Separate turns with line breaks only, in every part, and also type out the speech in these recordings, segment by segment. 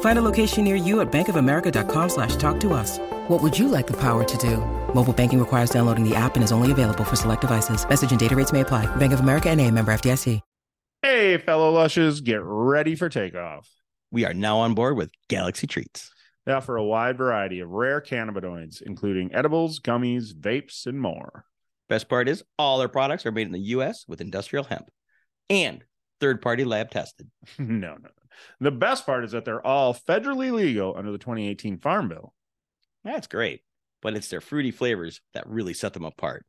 Find a location near you at bankofamerica.com slash talk to us. What would you like the power to do? Mobile banking requires downloading the app and is only available for select devices. Message and data rates may apply. Bank of America and a member FDIC.
Hey, fellow lushes, get ready for takeoff.
We are now on board with Galaxy Treats.
They offer a wide variety of rare cannabinoids, including edibles, gummies, vapes, and more.
Best part is all their products are made in the US with industrial hemp and third party lab tested.
no, no, no. The best part is that they're all federally legal under the 2018 Farm Bill.
That's great, but it's their fruity flavors that really set them apart.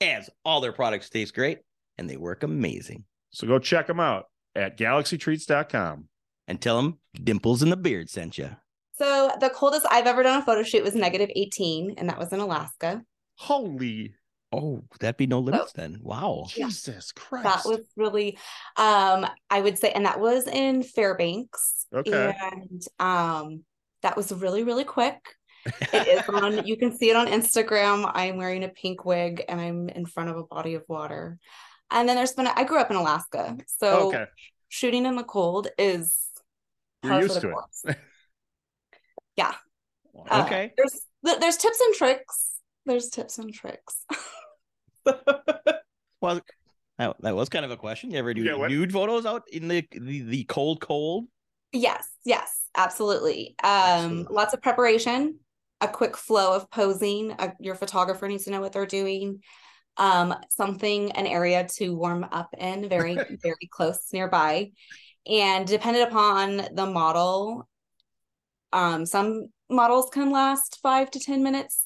As all their products taste great and they work amazing.
So go check them out at galaxytreats.com.
And tell them Dimples in the Beard sent you.
So the coldest I've ever done a photo shoot was negative 18, and that was in Alaska.
Holy
Oh, that'd be no limits then. Wow.
Jesus Christ.
That was really um I would say and that was in Fairbanks.
Okay.
And um that was really, really quick. It is on you can see it on Instagram. I'm wearing a pink wig and I'm in front of a body of water. And then there's been I grew up in Alaska. So
okay.
shooting in the cold is
You're
par for
used
the
to it.
course. yeah. Uh,
Okay.
there's th- there's tips and tricks. There's tips and tricks.
well, that, that was kind of a question. You ever do
Yeah, what-
nude photos out in the, the the cold, cold?
Yes, yes, absolutely. Um,
Absolutely.
lots of preparation, a quick flow of posing. Uh, your photographer needs to know what they're doing. Um, something, an area to warm up in, very, very close nearby, and dependent upon the model. Um, some models can last five to ten minutes.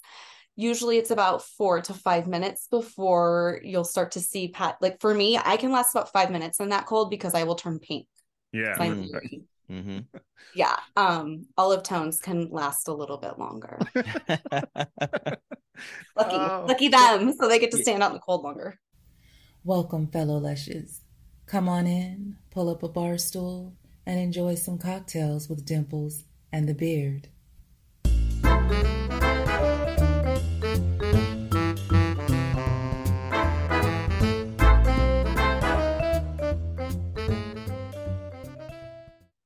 Usually, it's about four to five minutes before you'll start to see pat. Like for me, I can last about five minutes in that cold because I will turn pink.
Yeah.
Plain
Mm.
and plain
Mm-hmm.
yeah um olive tones can last a little bit longer lucky
Oh.
lucky them so they get to stand out in the cold longer
Welcome, fellow Lushes. Come on in, pull up a bar stool, and enjoy some cocktails with Dimples and the Beard.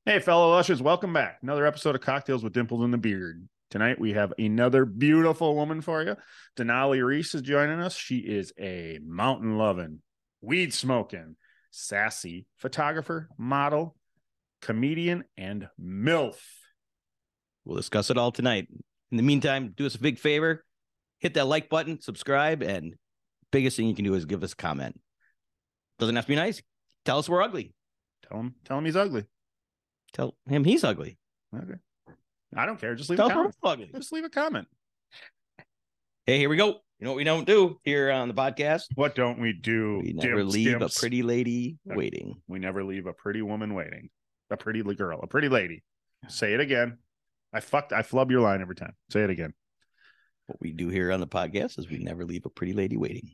Hey, fellow Ushers, welcome back. Another episode of Cocktails with Dimples in the Beard. Tonight we have another beautiful woman for you. Denali Reese is joining us. She is a mountain loving, weed smoking, sassy photographer, model, comedian, and MILF.
We'll discuss it all tonight. In the meantime, do us a big favor hit that like button, subscribe, and biggest thing you can do is give us a comment. Doesn't have to be nice. Tell us we're ugly.
Tell him, tell him he's ugly.
Tell him he's ugly.
Okay. I don't care. Just leave
Tell
a
him we're
comment.
ugly.
Just leave a comment.
Hey, here we go. You know what we don't do here on the podcast?
What don't we do?
We never
dimps,
leave
dimps?
a pretty lady waiting.
We never leave a pretty woman waiting. A pretty li- girl, a pretty lady. Say it again. I fucked. I flub your line every time. Say it again.
What we do here on the podcast is we never leave a pretty lady waiting.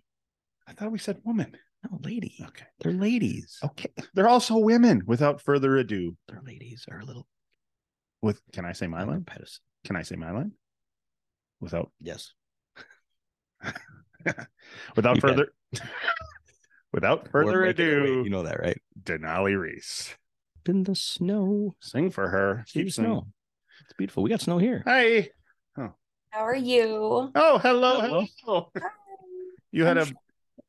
I thought we said woman.
No, lady.
Okay. Oh.
They're ladies.
Okay. They're also women. Without further ado,
Their ladies are a little
with can I say my
on their
line?
pedestal.
Can I say my line? Without
Yes.
without
You can.
further without further
We're making it
ado,
wait. You know that, right?
Denali Reese.
In the snow.
Sing for her.
See
Keep
the
singing.
snow. It's beautiful. We got snow here.
Hi.
how are you
Oh, hello.
Hello.
Hello. You had a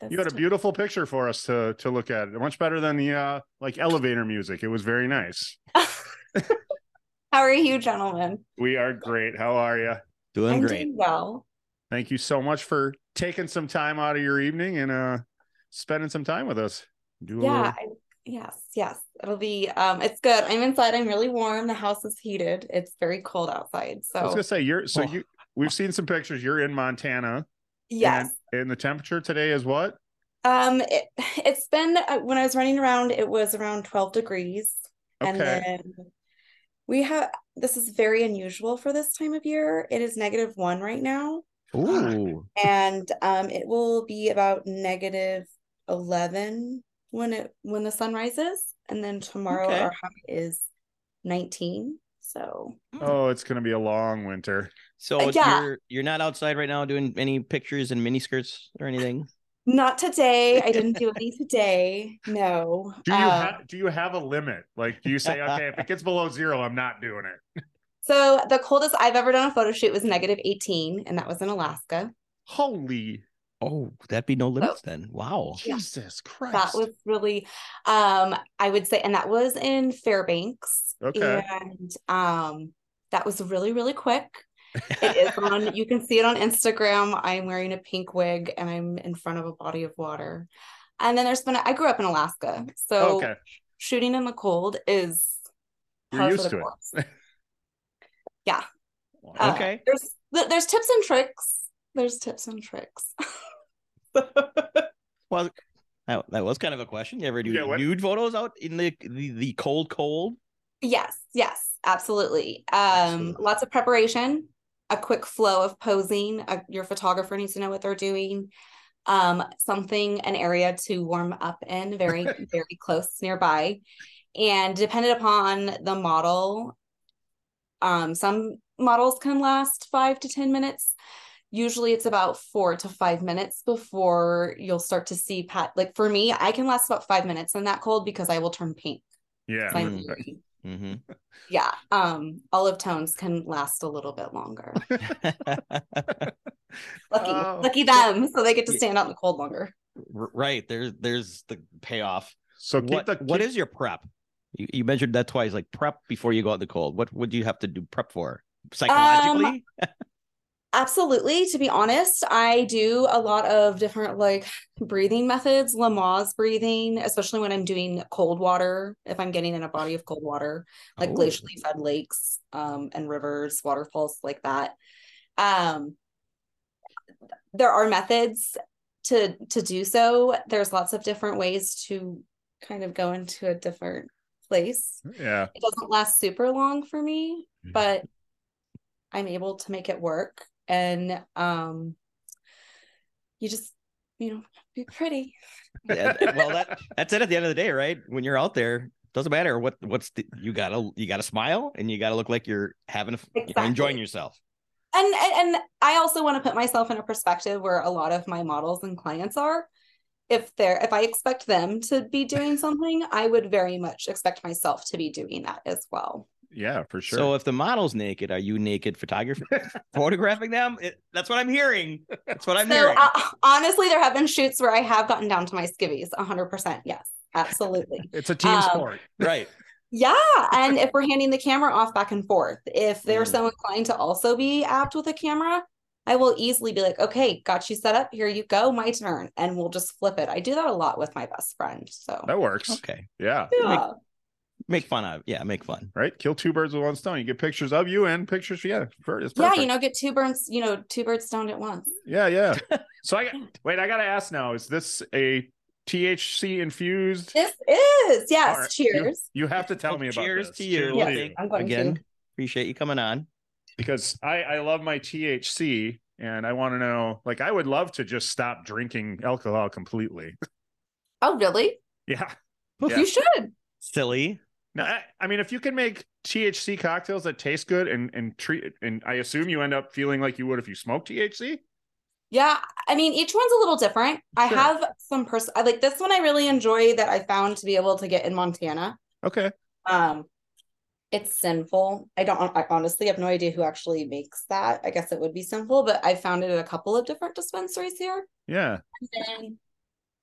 you had a beautiful picture for us to to look at. Much better than the uh like elevator music. It was very nice.
how are you gentlemen
We are great. How are you?
Doing
I'm
great.
doing well
Thank you so much for taking some time out of your evening and uh spending some time with us. Do a
yeah
little-
I, yes yes it'll be um it's good i'm inside i'm really warm the house is heated it's very cold outside
I was
so
gonna say you're so
Well-
you. We've seen some pictures. You're in Montana.
yes
And, and the temperature today is what?
um it, it's been uh, when i was running around it was around 12 degrees and
Okay.
then we have this is very unusual for this time of year it is negative one right now
Ooh.
and um it will be about negative 11 when it when the sun rises and then tomorrow
Okay.
our high is 19 so
oh, it's gonna be a long winter.
So
Uh, yeah.
you're you're not outside right now doing any pictures and miniskirts or anything.
not today i didn't do any today no
Do you
Um,
have do you have a limit? Like, do you say, okay, if it gets below zero, I'm not doing it?
so the coldest i've ever done a photo shoot was negative 18 and that was in alaska
Holy
Oh, that'd be no limits then. Wow.
Yeah.
Jesus Christ!
that was really um i would say and that was in fairbanks
Okay.
and um that was really really quick it is on you can see it on instagram i'm wearing a pink wig and i'm in front of a body of water and then there's been i grew up in alaska so
okay.
shooting in the cold is
You're
par for
used
the
to it.
course. Uh,
Wow.
Okay.
there's th- there's tips and tricks there's tips and tricks
Well, that, that was kind of a question. You ever do
Yeah, what-
nude photos out in the the, the cold, cold?
Yes, yes, absolutely. Um,
Absolutely.
lots of preparation, a quick flow of posing. Uh your photographer needs to know what they're doing. Um, something, an area to warm up in, very, very close nearby, and dependent upon the model. Um, some models can last five to ten minutes. Usually, it's about four to five minutes before you'll start to see pat. Like for me, I can last about five minutes in that cold because I will turn pink.
Yeah.
It's my
Mm.
theory
Mm-hmm.
yeah um olive tones can last a little bit longer lucky
Oh.
lucky them so they get to
Yeah.
stand out in the cold longer
right. There's there's the payoff.
So keep
what,
the
what
keep-
is your prep? You, you mentioned that twice, like prep before you go out in the cold. What would you have to do prep for?
Um,
Psychologically?
absolutely to be honest i do a lot of different like breathing methods lamaze breathing especially when i'm doing cold water if i'm getting in a body of cold water like
Oh.
glacially fed lakes um, and rivers waterfalls like that um, there are methods to to do so there's lots of different ways to kind of go into a different place
yeah.
it doesn't last super long for me
Yeah.
but i'm able to make it work and um you just you know be pretty
Yeah, well, that that's it at the end of the day, right? When you're out there, doesn't matter what what's the, you gotta you gotta smile and you gotta look like you're having a, f- you know, enjoying
Exactly.
yourself.
and and, and i also want to put myself in a perspective where a lot of my models and clients are if they're if i expect them to be doing something i would very much expect myself to be doing that as well
Yeah, for sure.
So if the model's naked, are you naked photographer photographing them? It, that's what I'm hearing. That's what I'm
so
hearing.
uh, honestly there have been shoots where i have gotten down to my skivvies 100% yes absolutely
it's a team
um,
sport.
right.
Yeah, and if we're handing the camera off back and forth, if they're
Mm.
so inclined to also be apt with a camera, I will easily be like, "Okay, got you set up. Here you go, my turn," and we'll just flip it. I do that a lot with my best friend. So
That works.
Okay.
Yeah.
yeah,
Make fun of. Yeah, make fun.
Right. Kill two birds with one stone. You get pictures of you and pictures. Yeah. For, it's
yeah,
perfect.
you know, get two birds, you know, two birds stoned at once.
Yeah. Yeah. so I got, wait. I gotta ask now. Is this a THC infused?
This is yes.
All right, you-
Cheers.
You have to tell me about
Cheers
this.
to you.
Yeah,
I
you.
think.
I'm going to.
Again, appreciate you coming on.
because I I love my THC and I want to know. Like I would love to just stop drinking alcohol completely.
Oh, really?
yeah. Yeah.
You should.
Silly.
No, I, I mean, if you can make THC cocktails that taste good and and treat, and I assume you end up feeling like you would if you smoked THC.
Yeah, I mean, each one's a little different. I
Sure.
have some person. I like this one. I really enjoy that I found to be able to get in Montana.
Okay.
um it's sinful i don't i honestly have no idea who actually makes that i guess it would be sinful but i found it at a couple of different dispensaries here
Yeah.
and then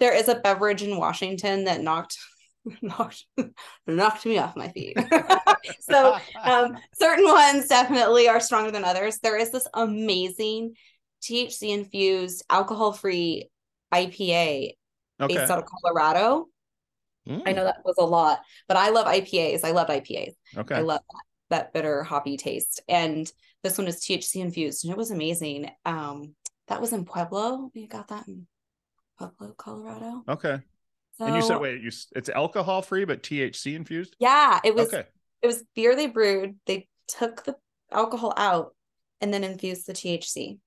there is a beverage in washington that knocked knocked knocked me off my feet so um certain ones definitely are stronger than others there is this amazing thc infused alcohol free ipa
Okay.
based out of Colorado. I
Mm,
know that was a lot, but I love IPAs. I love IPAs.
okay.
I love that, that bitter hoppy taste. And this one is THC infused and it was amazing. Um, that was in Pueblo. We got that in Pueblo, Colorado.
okay. and you said,
So-
wait, you, s- it's alcohol free, but THC infused?
Yeah, it was
Okay.
it was beer they brewed. They took the alcohol out and then infused the THC.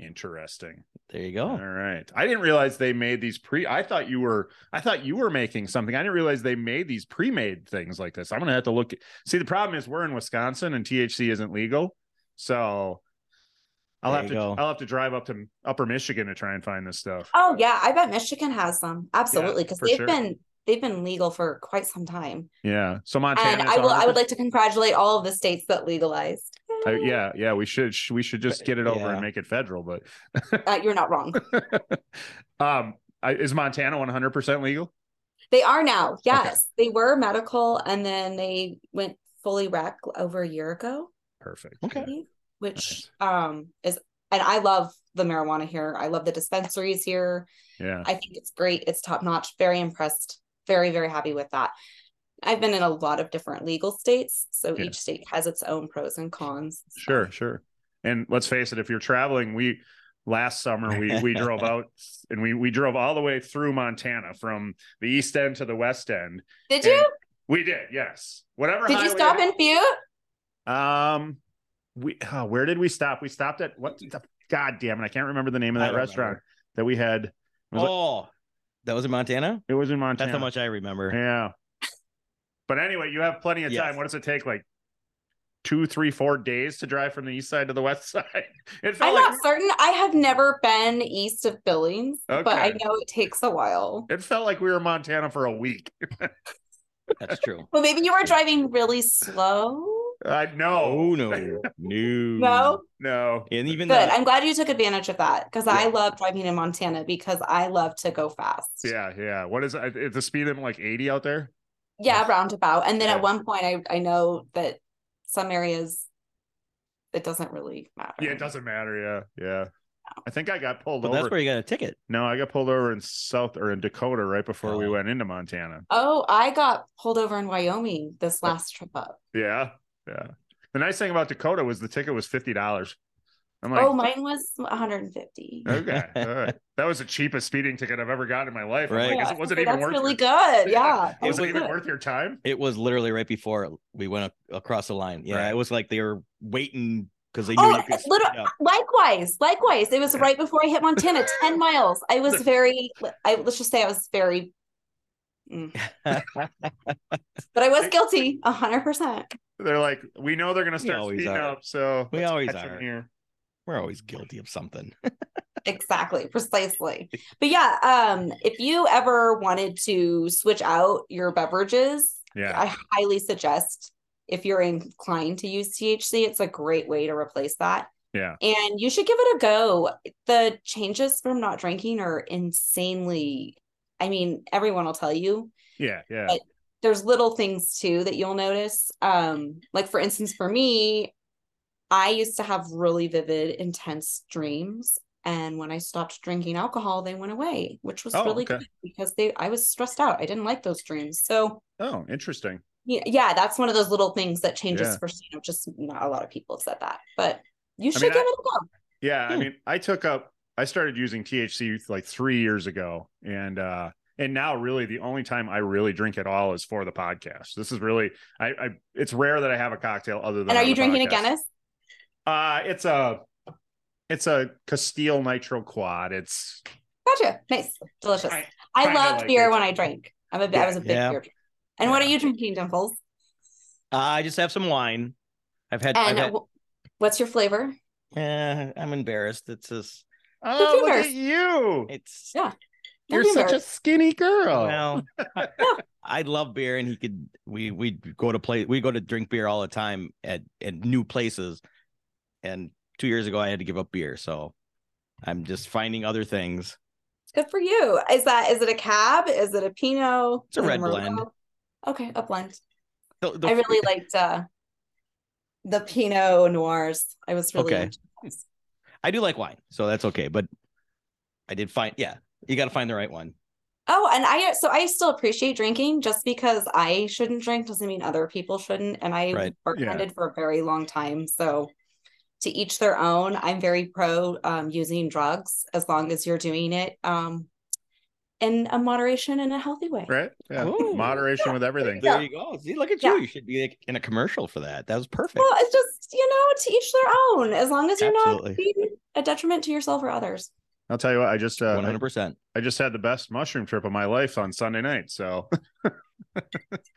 Interesting.
there you
All
go.
right. I didn't realize they made these pre. I thought you were. I thought you were making something. I didn't realize they made these pre-made things like this. I'm gonna have to look. See, the problem is we're in Wisconsin and THC isn't legal, so I'll
There
have to.
you go.
I'll have to drive up to Upper Michigan to try and find this stuff.
Oh yeah, I bet Michigan has them. Absolutely, because
for
they've
sure.
been they've been legal for quite some time.
Yeah. So Montana.
And I will I would like to congratulate all of the states that legalized.
yeah, yeah. We should. sh- We should just get it over
Yeah.
and make it federal. But
Uh, you're not wrong.
um, I, is Montana 100 percent legal?
They are now. Yes, they were medical, and then they went fully rec over a year ago,
Perfect.
Okay.
I believe, which um is. And I love the marijuana here. I love the dispensaries here.
Yeah.
I think it's great. It's top notch. Very impressed. Very, very happy with that. I've been in a lot of different legal states, so
Yeah.
each state has its own pros and cons.
Sure, sure. And let's face it, if you're traveling, we last summer we we drove out and we we drove all the way through Montana from the east end to the west end.
Did you?
And we did, yes. Whatever.
Did you
highway
stop
it-
in Butte?
Um, we oh, where did we stop? We stopped at what? The, God damn it! I can't remember the name of
I
that
don't
restaurant
remember.
that we had. Was it-
Oh, that was in Montana.
It was in Montana.
That's how much I remember.
Yeah. But anyway, you have plenty of
Yes.
time. What does it take? Like two, three, four days to drive from the east side to the west side. It felt
I'm
like
not certain. I have never been east of Billings, but I
Okay.
know it takes a while.
It felt like we were in Montana for a week.
That's true.
Well, maybe you were driving really slow.
I
Oh
know.
no,
Mm,
no,
No,
No.
And even
good.
the,
I'm glad you took advantage of that because I
Yeah.
love driving in Montana because I love to go fast.
Yeah, yeah. What is it? Is the speed limit like 80 out there?
Yeah, roundabout. And then
Yeah.
at one point, I I know that some areas it doesn't really matter.
Yeah, it doesn't matter. Yeah, yeah. I think I got pulled
but
over.
that's where you got a ticket.
no, I got pulled over in South or in Dakota right before we
Oh.
went into Montana.
Oh, I got pulled over in Wyoming
Oh.
this last trip up.
Yeah, yeah. The nice thing about Dakota was the ticket was fifty dollars. I'm like,
oh, mine was 150.
okay, all right. That was the cheapest speeding ticket I've ever gotten in my life. I'm
Right.
like,
Yeah,
is it, was it
so
even
that's
worth
really
your-
good. Yeah,
was it
was
even
good.
worth your time?
It was literally right before we went up across the line. Yeah,
Right.
it was like they were waiting because they knew
Oh,
you could.
little-
speed up.
Likewise, likewise, it was
Yeah.
right before I hit Montana, 10 miles. I was very, I let's just say I was very, mm. but I was guilty 100%.
They're like, we know they're gonna start
always
speeding
are.
up, so
We
let's
always
catch 'em
are.
here.
We're always guilty of something.
Exactly, precisely. But yeah, um, if you ever wanted to switch out your beverages,
Yeah.
I highly suggest if you're inclined to use THC, it's a great way to replace that.
Yeah.
And you should give it a go. The changes from not drinking are insanely, I mean, everyone will tell you.
Yeah, yeah.
But- There's little things too that you'll notice. Um, like for instance, for me, I used to have really vivid, intense dreams. And when I stopped drinking alcohol, they went away, which was
Oh,
really
okay.
good because they I was stressed out. I didn't like those dreams. So
oh, interesting.
yeah, yeah, that's one of those little things that changes
Yeah.
for you know, just not a lot of people have said that, but you should
mean,
give
I-
it a go.
Yeah, I
Hmm.
mean, I took up I started using THC like 3 years ago and uh and now really the only time I really drink at all is for the podcast. This is really I I it's rare that I have a cocktail other than
And are
on
you
the
drinking a
podcast.
Guinness?
Uh it's a it's a Castile Nitro Quad. It's
Gotcha. Nice. Delicious.
I-
I,
kinda
loved
like
beer
it.
when I drank. I'm a, I was a big
Yeah.
beer drinker. And what are
Yeah.
you drinking, Dimples?
Uh, I just have some wine. I've had. I've
And
had
wh- what's your flavor?
eh, I'm embarrassed. It's just. Uh,
Oh, look
Cucumbers.
at you.
It's.
Yeah,
You're
Don't be
such a
embarrassed.
skinny girl.
Well, I, I love beer, and he could. We we go to play. We go to drink beer all the time at at new places. And two years ago, I had to give up beer, so I'm just finding other things.
Good for you. Is that is it a cab? Is it a Pinot?
It's a
Is it
red blend.
Merlot? Okay, a blend.
The- the
I
f-
really liked uh the Pinot Noirs. I was really
Okay.
into those.
I do like wine, so that's okay. But I did find, yeah, you got to find the right one.
Oh, and I so I still appreciate drinking. Just because I shouldn't drink doesn't mean other people shouldn't. And I
Right.
bartended for a very long time, so to each their own. I'm very pro um, using drugs as long as you're doing it um, in a moderation and a healthy way.
right? Yeah.
Ooh.
Moderation with everything.
There you go. See, look at you.
Yeah.
You should be like, in a commercial for that. That was perfect.
Well, it's just you know to each their own. As long as you're
Absolutely.
not being a detriment to yourself or others.
I'll tell you what, I just uh,
One hundred percent.
I just had the best mushroom trip of my life on Sunday night. So
Oh,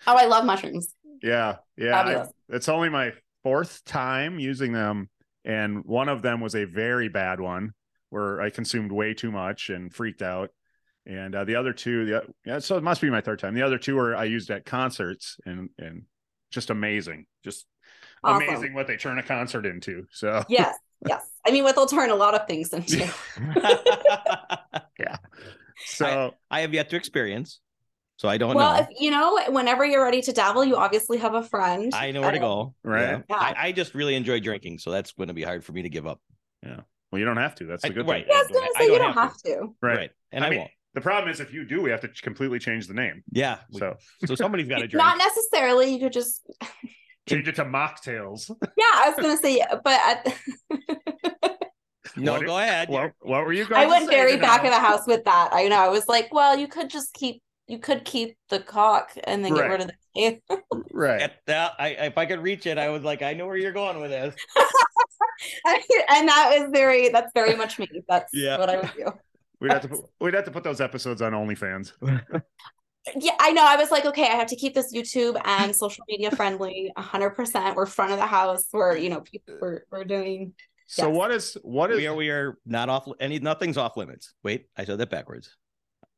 I love mushrooms.
yeah, yeah, I-
Fabulous.
it's only my fourth time using them, and one of them was a very bad one where I consumed way too much and freaked out. And uh, the other two, the yeah, so it must be my third time. The other two were I used at concerts and and just amazing, just
Awesome.
amazing what they turn a concert into. So
Yes, yes. I mean, what they'll turn a lot of things into.
so
I have yet to experience, so I don't
well,
know.
if you know, whenever you're ready to dabble, you obviously have a friend.
I know where to go.
Right.
Yeah.
Yeah.
I, I just really enjoy drinking, so that's going to be hard for me to give up.
well, you don't have to. That's the
I-
good
right.
thing,
Yeah, I was gonna
I- I
say you
don't
don't
have
have to.
right?
And
I
I,
mean-
won't.
The problem is if you do, we have to completely change the name.
Yeah. we-
So
so somebody's got to drink.
Not necessarily. You could just.
change it to mocktails.
Yeah, I was gonna say, but I,
no,
What-
go ahead.
What, what were you going?
I went
to say,
very back
Denali?
of the house with that. I know. I was like, well, you could just keep. You could keep the cock and then
Right.
get rid of the.
Right.
At that, I, if I could reach it, I was like, I know where you're going with this.
and that was very. That's very much me. That's
Yeah.
what I would do.
We'd have to put, we'd have to put those episodes on OnlyFans.
Yeah, I know. I was like, okay, I have to keep this YouTube and social media friendly. hundred percent. We're front of the house. We're you know people. We're we're doing.
So
Yes.
what is what is
We are we are not off any nothing's off limits. Wait, I said that backwards.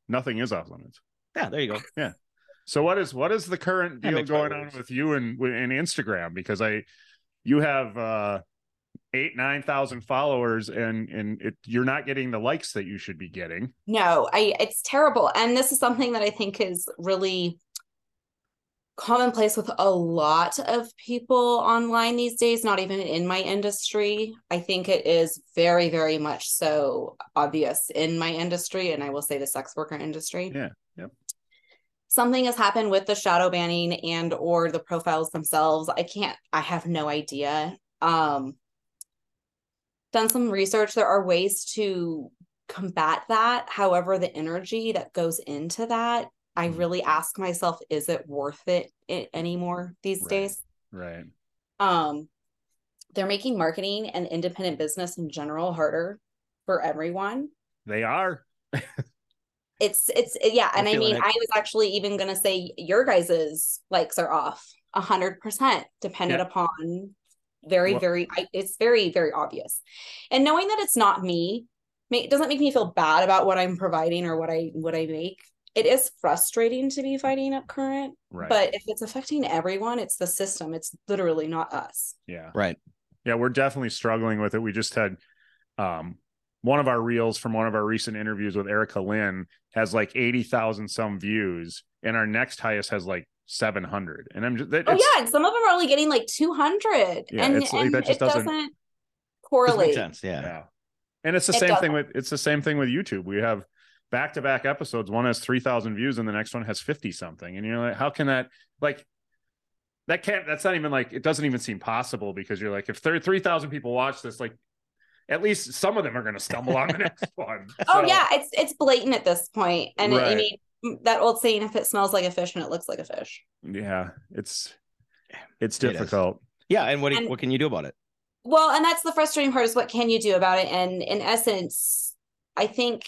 nothing is off limits.
Yeah, there you go.
So what is what is the current
That
deal
makes my
going on
words.
with you and and Instagram? Because I you have uh eight nine thousand followers and and it, you're not getting the likes that you should be getting.
No, I it's terrible. And this is something that I think is really commonplace with a lot of people online these days, not even in my industry. I think it is very, very much so obvious in my industry, and I will say the sex worker industry.
Yeah, yep.
Something has happened with the shadow banning and or the profiles themselves. I can't, I have no idea. Um done some research. There are ways to combat that. However, the energy that goes into that, I
Mhm.
really ask myself, is it worth it, it anymore these
Right.
days?
Right.
Um, they're making marketing and independent business in general harder for everyone.
They are.
It's it's yeah,
I'm
and I
feeling
mean,
it.
I was actually even gonna say your guys's likes are off a hundred percent, dependent
Yeah.
upon very
Well-
very. I, it's very very obvious, and knowing that it's not me, ma- it doesn't make me feel bad about what I'm providing or what I what I make. It is frustrating to be fighting up current,
Right.
but if it's affecting everyone, it's the system. It's literally not us.
yeah.
Right.
Yeah, we're definitely struggling with it. We just had um one of our reels from one of our recent interviews with Erica Lynn has like 80,000 some views and our next highest has like 700. And I'm just that,
Oh
it's-
yeah, and some of them are only getting like 200,
Yeah,
and,
it's like
and
that just
it
doesn't-
doesn't,
This makes
correlate.
sense. Yeah.
yeah. And it's the
It
same thing with it's the same thing with YouTube. We have back-to-back episodes. One has 3,000 views and the next one has 50 something. And you're like, how can that like that can't that's not even like it doesn't even seem possible because you're like if there 3,000 people watch this like at least some of them are going to stumble on the next one.
Oh
So-
yeah, it's it's blatant at this point, and I
Right.
mean that old saying: if it smells like a fish and it looks like a fish.
yeah it's it's
It is.
difficult
Yeah. And what do-
And-
what can you do about it?
Well, and that's the frustrating part is what can you do about it? And in essence, I think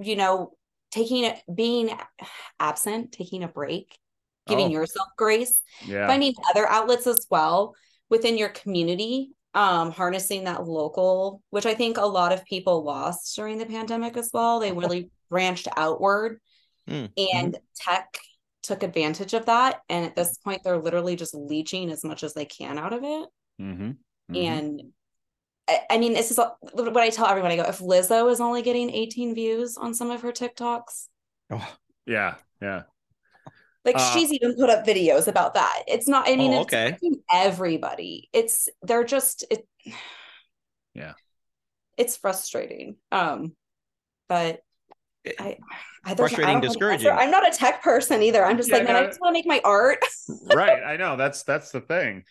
you know taking it, being absent, taking a break, giving
Oh.
yourself grace,
yeah
finding other outlets as well within your community um harnessing that local which i think a lot of people lost during the pandemic as well they really branched outward
Hmm.
Mm,
and tech took advantage of that and at this point they're literally just leeching as much as they can out of it
mm-hmm.
and I, I mean this is a- what i tell everyone i go if lizzo is only getting 18 views on some of her tiktoks
Oh,
yeah yeah
like
Uh,
she's even put up videos about that it's not i mean
Oh,
it's
okay.
affecting everybody it's they're just it
Yeah.
it's frustrating um but
Eh,
I, I, there's- I
Frustrating,
don't have an
discouraging.
answer. I'm not a tech person either. I'm just
Yeah,
like, man, I
no.
just want to make my art.
right i know that's that's the thing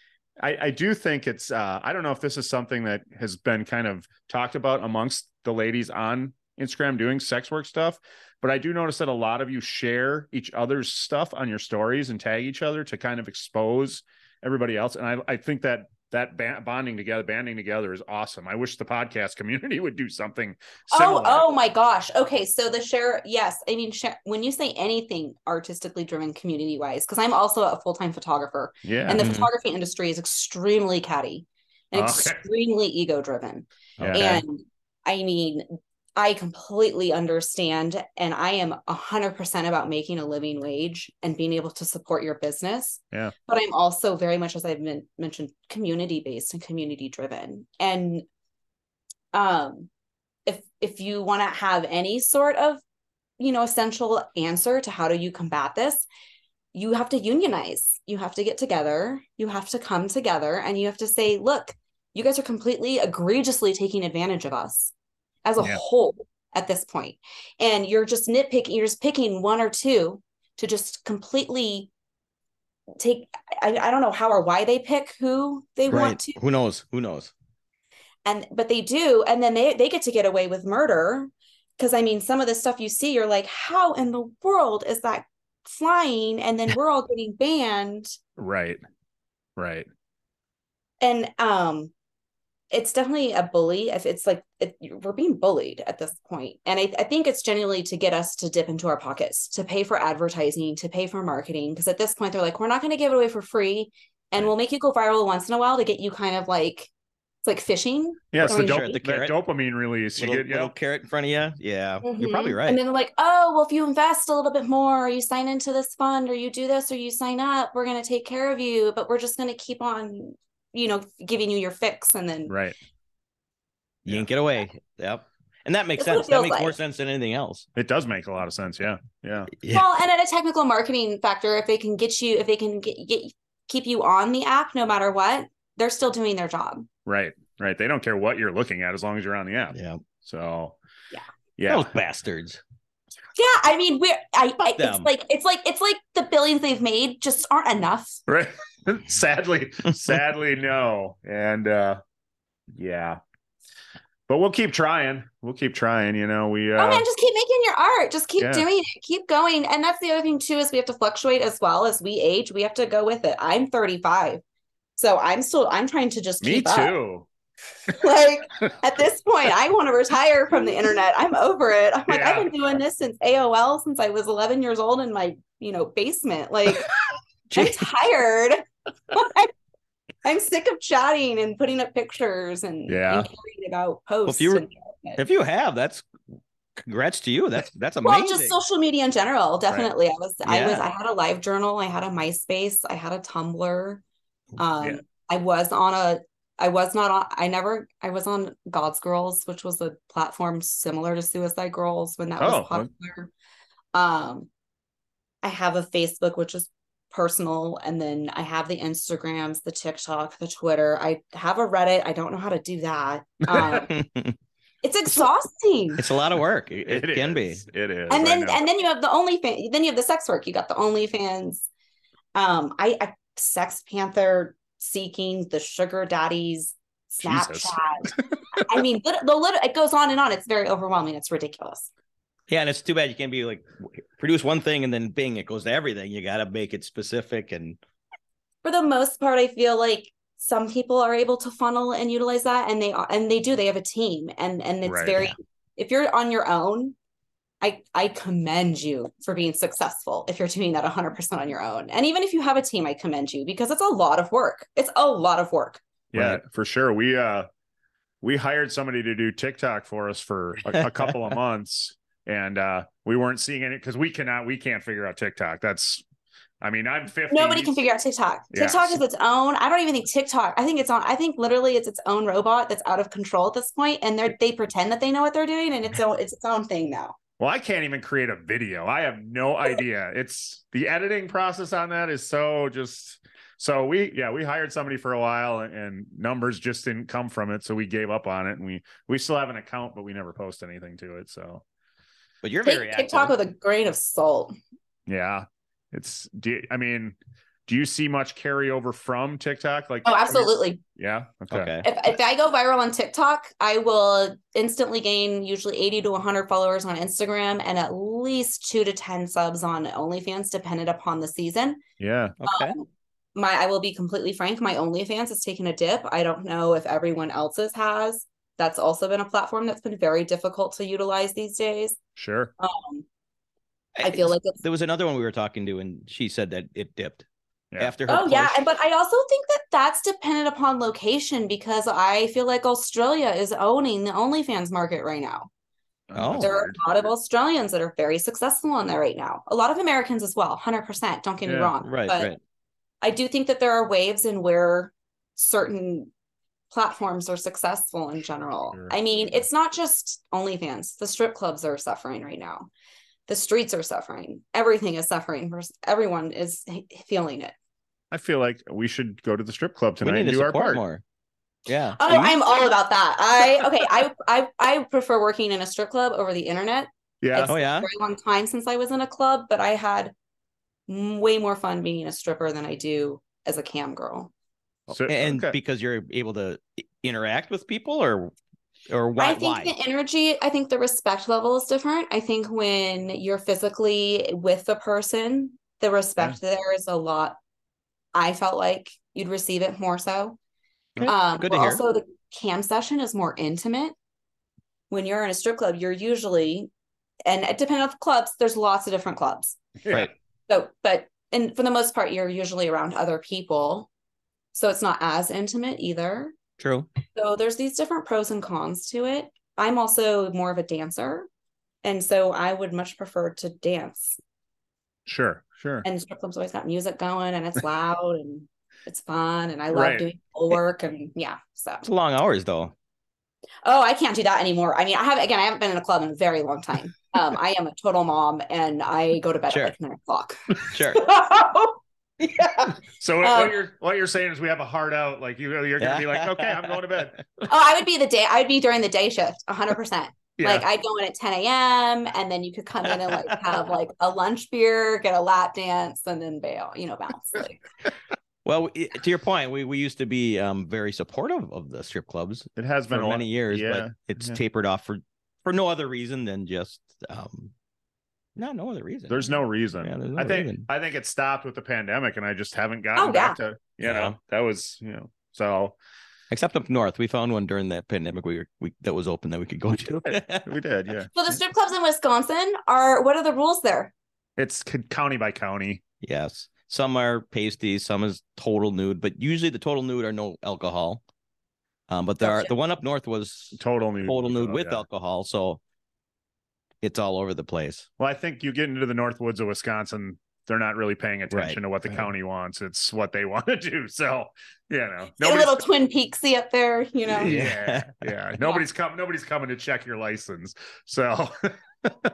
i i do think it's uh i don't know if this is something that has been kind of talked about amongst the ladies on instagram doing sex work stuff but i do notice that a lot of you share each other's stuff on your stories and tag each other to kind of expose everybody else and i i think that that ba- bonding together banding together is awesome i wish the podcast community would do something similar.
Oh, oh my gosh. Okay, so the share, yes. I mean, share, when you say anything artistically driven, community wise, because I'm also a full time photographer,
yeah
and the
Mhm.
photography industry is extremely catty and
Okay.
extremely ego driven.
Oh,
Okay.
And I mean, I completely understand, and I am hundred percent about making a living wage and being able to support your business.
Yeah.
But I'm also very much, as I've men- mentioned, community based and community driven, and um, if if you want to have any sort of you know essential answer to how do you combat this you have to unionize you have to get together you have to come together and you have to say look you guys are completely egregiously taking advantage of us as a
Yeah.
whole at this point and you're just nitpicking you're just picking one or two to just completely take I, I don't know how or why they pick who they want to
Who knows? Who knows?
and but they do and then they they get to get away with murder because i mean some of the stuff you see you're like how in the world is that flying and then we're all getting banned
right right
and um it's definitely a bully if it's like it, we're being bullied at this point and I, I think it's genuinely to get us to dip into our pockets to pay for advertising to pay for marketing because at this point they're like we're not going to give it away for free and we'll make you go viral once in a while to get you kind of like it's like fishing
yeah it's
Or
the,
we
dop-
share the
that
carrot.
dopamine release
Little,
you get yeah
little carrot in front of you. Yeah, you're
Mhm.
probably right.
And then they're like, oh, well, if you invest a little bit more, or you sign into this fund, or you do this, or you sign up, we're going to take care of you, but we're just going to keep on, you know, giving you your fix. And then
right
you ain't get away. Yep. And that makes
That's what
sense.
it
That
feels
makes more
like.
sense than anything else.
It does make a lot of sense. Yeah. Yeah.
Yeah.
Well, and at a technical marketing factor, if they can get you, if they can get, get keep you on the app, no matter what, they're still doing their job.
Right. Right. They don't care what you're looking at as long as you're on the app.
yeah.
So,
Yeah.
Yeah.
Those bastards.
Yeah, I mean, we're I, I
them.
it's like it's like it's like the billions they've made just aren't enough.
Right. sadly, sadly, no. And, uh, yeah. But we'll keep trying. We'll keep trying. You know, we,
oh
uh,
man just keep making your art just keep
Yeah.
doing it keep going and that's the other thing too is we have to fluctuate as well as we age we have to go with it i'm 35 so i'm still i'm trying to just
me
keep up
too.
like at this point i want to retire from the internet i'm over it i'm like
Yeah.
i've been doing this since aol since i was 11 years old in my you know basement like i'm
Jeez.
tired i'm sick of chatting and putting up pictures and,
Yeah.
and caring about posts
you were-
and-
If you have, that's congrats to you. That's that's amazing.
Well, just social media in general, definitely. I was, I was,
Yeah.
I had a live journal, I had a MySpace, I had a Tumblr. Um,
Yeah.
I was on a, I was not on, I never, I was on God's Girls, which was a platform similar to Suicide Girls when that
Oh,
was
well.
popular. Um, I have a Facebook, which is personal, and then I have the Instagrams, the TikTok, the Twitter. I have a Reddit. I don't know how to do that. Um, it's exhausting.
it's a lot of work. It, it can be.
be. It is. I
and then
know.
and then you have the only fan then you have the sex work you got the only fans um i, I sex panther seeking the sugar daddies snapchat
Jesus.
i mean lit- the lit- it goes on and on it's very overwhelming it's ridiculous
Yeah, and it's too bad you can't be like produce one thing and then bing, it goes to everything. You gotta make it specific and
for the most part i feel like some people are able to funnel and utilize that and they are and they do they have a team and and it's
Right,
very
yeah.
if you're on your own I, I commend you for being successful if you're doing that 100% on your own. And even if you have a team, I commend you because it's a lot of work. It's a lot of work.
Yeah,
Right.
for sure. We uh we hired somebody to do TikTok for us for a, a couple of months and uh we weren't seeing any because we cannot we can't figure out TikTok. That's I mean I'm 50.
Nobody can figure out TikTok.
Yeah.
TikTok is its own. I don't even think TikTok. I think it's on. I think literally it's its own robot that's out of control at this point, and they they pretend that they know what they're doing, and it's own, it's its own thing now.
Well, I can't even create a video. I have no idea. It's the editing process on that is so just so we yeah, we hired somebody for a while and, and numbers just didn't come from it, so we gave up on it and we we still have an account but we never post anything to it. So
But you're very
Take TikTok
active.
with a grain of salt.
Yeah. It's do you, I mean, do you see much carryover from TikTok? Like
Oh, absolutely.
Yeah. Okay.
okay.
If, if I go viral on TikTok, I will instantly gain usually 80 to 100 followers on Instagram and at least two to 10 subs on OnlyFans, dependent upon the season.
Yeah.
uh,
Okay.
My, I will be completely frank, my OnlyFans has taken a dip. I don't know if everyone else's has. That's also been a platform that's been very difficult to utilize these days.
Sure.
Um, I feel like it's
there was another one we were talking to, and she said that it dipped
Yeah.
after her.
Oh yeah,
push.
and- but I also think that that's dependent upon location because I feel like Australia is owning the OnlyFans market right now.
Oh.
that's
there are
weird.
a lot of Australians that are very successful on there right now. A lot of Americans as well, hundred percent. Don't get me
Yeah,
wrong,
right,
but
right.
I do think that there are waves in where certain platforms are successful in general.
Sure,
I mean,
sure.
it's not just OnlyFans. The strip clubs are suffering right now. The streets are suffering. Everything is suffering. Everyone is feeling it.
I feel like we should go to the strip club
we
tonight
need
and
to
do our
support
part.
more. Yeah.
Oh,
Well, you-
I'm all about that. I okay. I I I prefer working in a strip club over the internet.
Yeah.
It's
Oh yeah.
a very long time since I was in a club, but I had m- way more fun being a stripper than I do as a cam girl.
So-
and
Uh, okay.
because you're able to i- interact with people or or why
I think
why
the energy, I think the respect level is different. I think when you're physically with the person, the respect there is a lot. I felt like you'd receive it more so.
Okay,
Um,
good
but
to hear.
also the cam session is more intimate. When you're in a strip club, you're usually, and it depends on the clubs, there's lots of different clubs.
Yeah.
right
So, but, and for the most part, you're usually around other people. So it's not as intimate either.
true
So there's these different pros and cons to it. I'm also more of a dancer. And so I would much prefer to dance.
Sure. Sure.
And strip clubs always got music going and it's loud and it's fun. And I love
Right.
doing pole work. And yeah. So,
it's long hours though
oh, I can't do that anymore. I mean, I have, again, I haven't been in a club in a very long time. Um, I am a total mom and I go to bed
Sure.
at like nine o'clock.
sure
yeah.
So what,
Um,
you're what you're saying is we have a hard out. Like you you're gonna be like, okay, I'm going to bed.
Oh, I would be the day, I would be during the day shift 100%.
Yeah.
Like I'd go in at 10 a.m. and then you could come in and like have like a lunch beer, get a lap dance, and then bail, you know, bounce. Like,
well i- to your point we we used to be um very supportive of the strip clubs
it has
for
been a
many
lot-
years
Yeah.
but it's
yeah.
tapered off for for no other reason than just um no no other reason
There's no reason.
Yeah, there's no
I think
reason.
I think it stopped with the pandemic, and I just haven't gotten
Oh,
back to you
Yeah.
know that was you know so
except up north we found one during that pandemic we were we that was open that we could go to
we did yeah.
so the strip clubs in Wisconsin are what are the rules there?
It's c- county by county.
yes some are pasties some is total nude but usually the total nude are no alcohol um but there are
Gotcha.
the one up north was
Total nude.
total nude
Oh,
with
yeah.
alcohol, so it's all over the place.
Well, I think you get into the north woods of Wisconsin, they're not really paying attention to what the
right.
county wants. It's what they want to do. So, you know,
Get a
nobody's-
little Twin Peaksy up there, you know.
yeah,
Yeah.
yeah. Nobody's come. Nobody's coming to check your license. So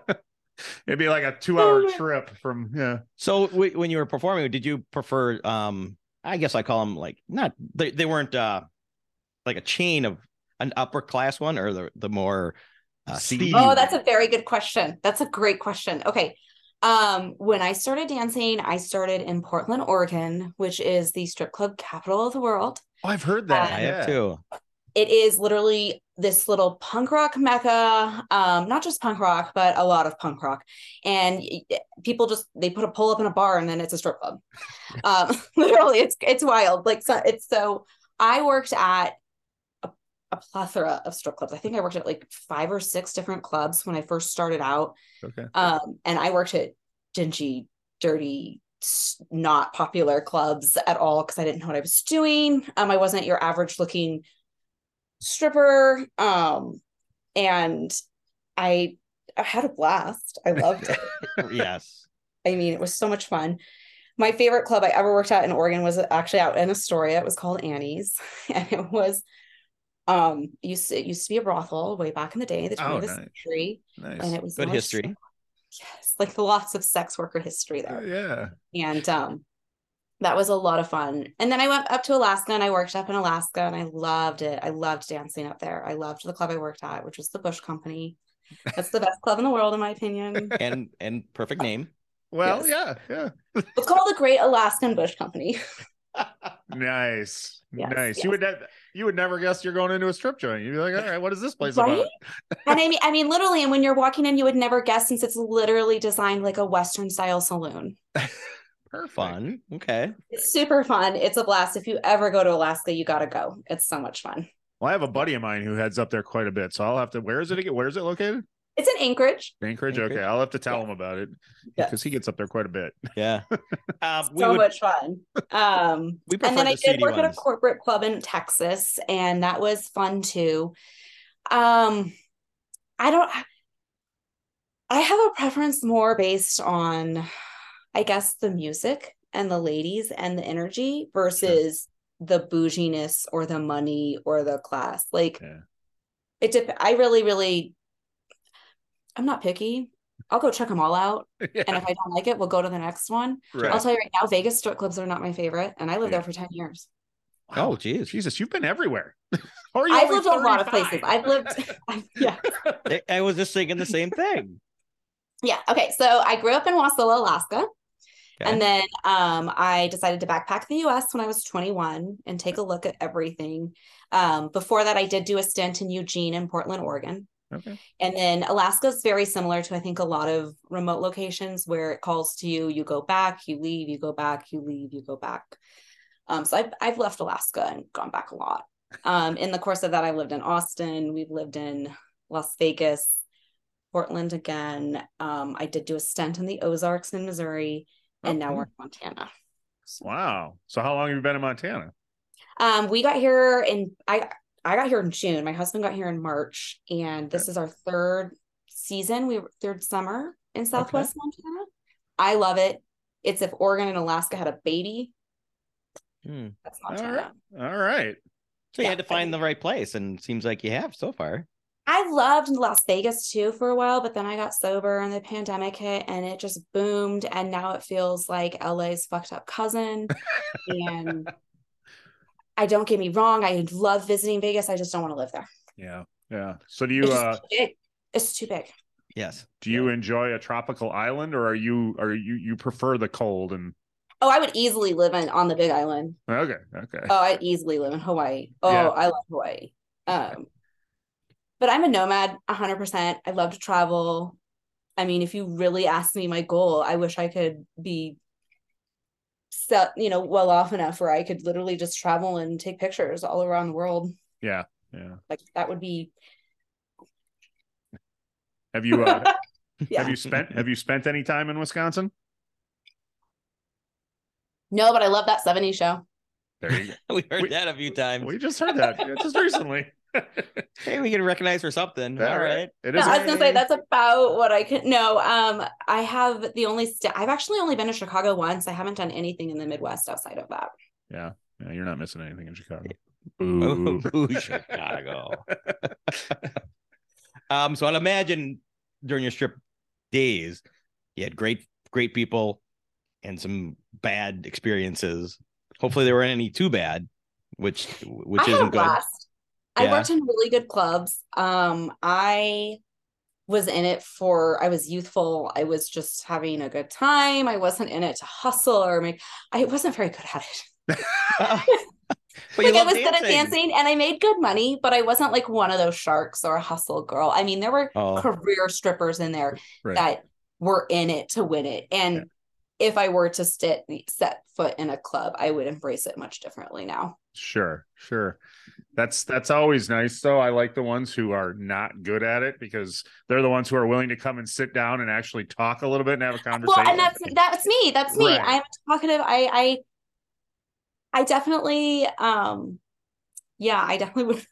it'd be like a
Oh,
two-hour trip from. Yeah,
So w- when you were performing, did you prefer? um I guess I call them like not they they weren't uh like a chain of an upper class one or the the more uh,
Seedy.
seedy.
Oh, that's a very good question. That's a great question. Okay. Um, when I started dancing, I started in Portland, Oregon, which is the strip club capital of the world.
Oh, I've heard that.
I
yeah.
have too.
it is literally this little punk rock mecca um not just punk rock but a lot of punk rock and y- y- people just they put a pole up in a bar and then it's a strip club um literally it's it's wild like so it's so i worked at a, a plethora of strip clubs i think i worked at like five or six different clubs when i first started out
Okay.
um and i worked at dingy dirty s- not popular clubs at all because i didn't know what i was doing um i wasn't your average looking stripper um and i i had a blast i loved it
yes.
i mean it was so much fun my favorite club i ever worked at in oregon was actually out in astoria it was called annie's and it was um used to, it used to be a brothel way back in the day the 20th
Oh, nice.
century and
Nice.
it was
Good
so much-
history.
yes like lots of sex worker history there
Oh, yeah.
and um that was a lot of fun and then i went up to alaska and i worked up in alaska and i loved it i loved dancing up there i loved the club i worked at which was the bush company That's the best club in the world, in my opinion.
and and
Oh,
perfect name.
Well,
Yes.
yeah,
It's called the Great Alaskan Bush Company.
yeah. Nice,
Yes,
nice.
yes.
You would ne- you would never guess you're going into a strip joint. You'd be like, all right, what is this place
Right?
about?
and I mean, I mean, literally, and when you're walking in, you would never guess since it's literally designed like a Western style saloon.
Perfect.
Fun. Okay.
It's super fun. It's a blast. If you ever go to Alaska, you got to go. It's so much fun.
Well, I have a buddy of mine who heads up there quite a bit, so I'll have to. Where is it again? Where is it located?
It's in Anchorage.
Anchorage. Okay,
Anchorage.
I'll have to tell him about it
Yeah.
because he gets up there quite a bit.
Yeah. Um, we
so
would
much fun. Um,
We
and
prefer
then I
the
did
seedy
work at a
ones.
corporate club in Texas, and that was fun too. Um, I don't. I have a preference more based on, I guess, the music and the ladies and the energy versus the bouginess or the money or the class. Like
Yeah.
it. Dep- I really, really. I'm not picky. I'll go check them all out, and if I don't like it, we'll go to the next one.
Right.
I'll tell you right now, Vegas strip clubs are not my favorite, and I lived there for ten years.
Oh, geez.
Jesus, you've been everywhere. Or
I've lived a lot of places. I've lived, I've- yeah,
I- I was just thinking the same thing.
yeah. Okay, so I grew up in Wasilla, Alaska,
Okay.
and then um, I decided to backpack the U.S. when I was 21 and take a look at everything. Um, before that, I did do a stint in Eugene and Portland, Oregon.
Okay.
And then Alaska is very similar to, I think, a lot of remote locations where it calls to you, you go back, you leave, you go back, you leave, you go back. Um, so I've, I've left Alaska and gone back a lot. Um, in the course of that, I lived in Austin. We've lived in Las Vegas, Portland again. Um, I did do a stint in the Ozarks in Missouri, and now
Okay.
we're in Montana.
Wow. So how long have you been in Montana?
Um, we got here in I I got here in June. My husband got here in March, and this is our third season. We were third summer in Southwest Montana. I love it. It's if Oregon and Alaska had a baby.
Hmm.
That's
All
Montana.
right. All right.
So you
Yeah,
had to
I
find the
think-
right place, and it seems like you have so far.
I loved Las Vegas too for a while, but then I got sober and the pandemic hit and it just boomed. And now it feels like LA's fucked up cousin. and I don't get me wrong, I love visiting Vegas. I just don't want to live there.
Yeah. Yeah. So do
It's
you
just
uh
too big. It's too big.
Yes.
do you enjoy a tropical island or are you are you you prefer the cold and
Oh, I would easily live in on the Big Island.
okay, okay.
Oh, I'd easily live in Hawaii. Oh,
Yeah.
I love Hawaii. Um, but I'm a nomad 100%. I love to travel. I mean, if you really ask me my goal, I wish I could be set, you know, well off enough where I could literally just travel and take pictures all around the world.
Yeah. Yeah.
Like that would be
Have you uh,
Yeah.
have you spent have you spent any time in Wisconsin?
no, but I love that 70 show.
There you
we heard
We-
that a few
go.
times.
we just heard that yeah, just recently.
hey, we get recognized for something. All right.
It
No,
is
I was gonna say
entertaining.
that's about what I could. No, um, I have the only. St- I've actually only been to Chicago once. I haven't done anything in the Midwest outside of that.
Yeah, you're not missing anything in Chicago.
Ooh,
Boo.
Chicago. um, so I'd imagine during your strip days, you had great, great people and some bad experiences. Hopefully, there weren't any too bad, which which
I had a
isn't good.
blast. I
Yeah.
worked in really good clubs. Um, I was in it for I was youthful. I was just having a good time. I wasn't in it to hustle or make. I wasn't very good at it.
but
like I
love
was good at dancing and I made good money, but I wasn't like one of those sharks or a hustle girl. I mean, there were
Oh,
career strippers in there
Right.
that were in it to win it. And
Yeah.
if I were to sit, set foot in a club, I would embrace it much differently now.
Sure, sure. That's that's always nice though. I like the ones who are not good at it because they're the ones who are willing to come and sit down and actually talk a little bit and have a
Well,
conversation.
and that's that's me. That's me.
Right.
I'm talkative. I I I definitely um yeah, I definitely would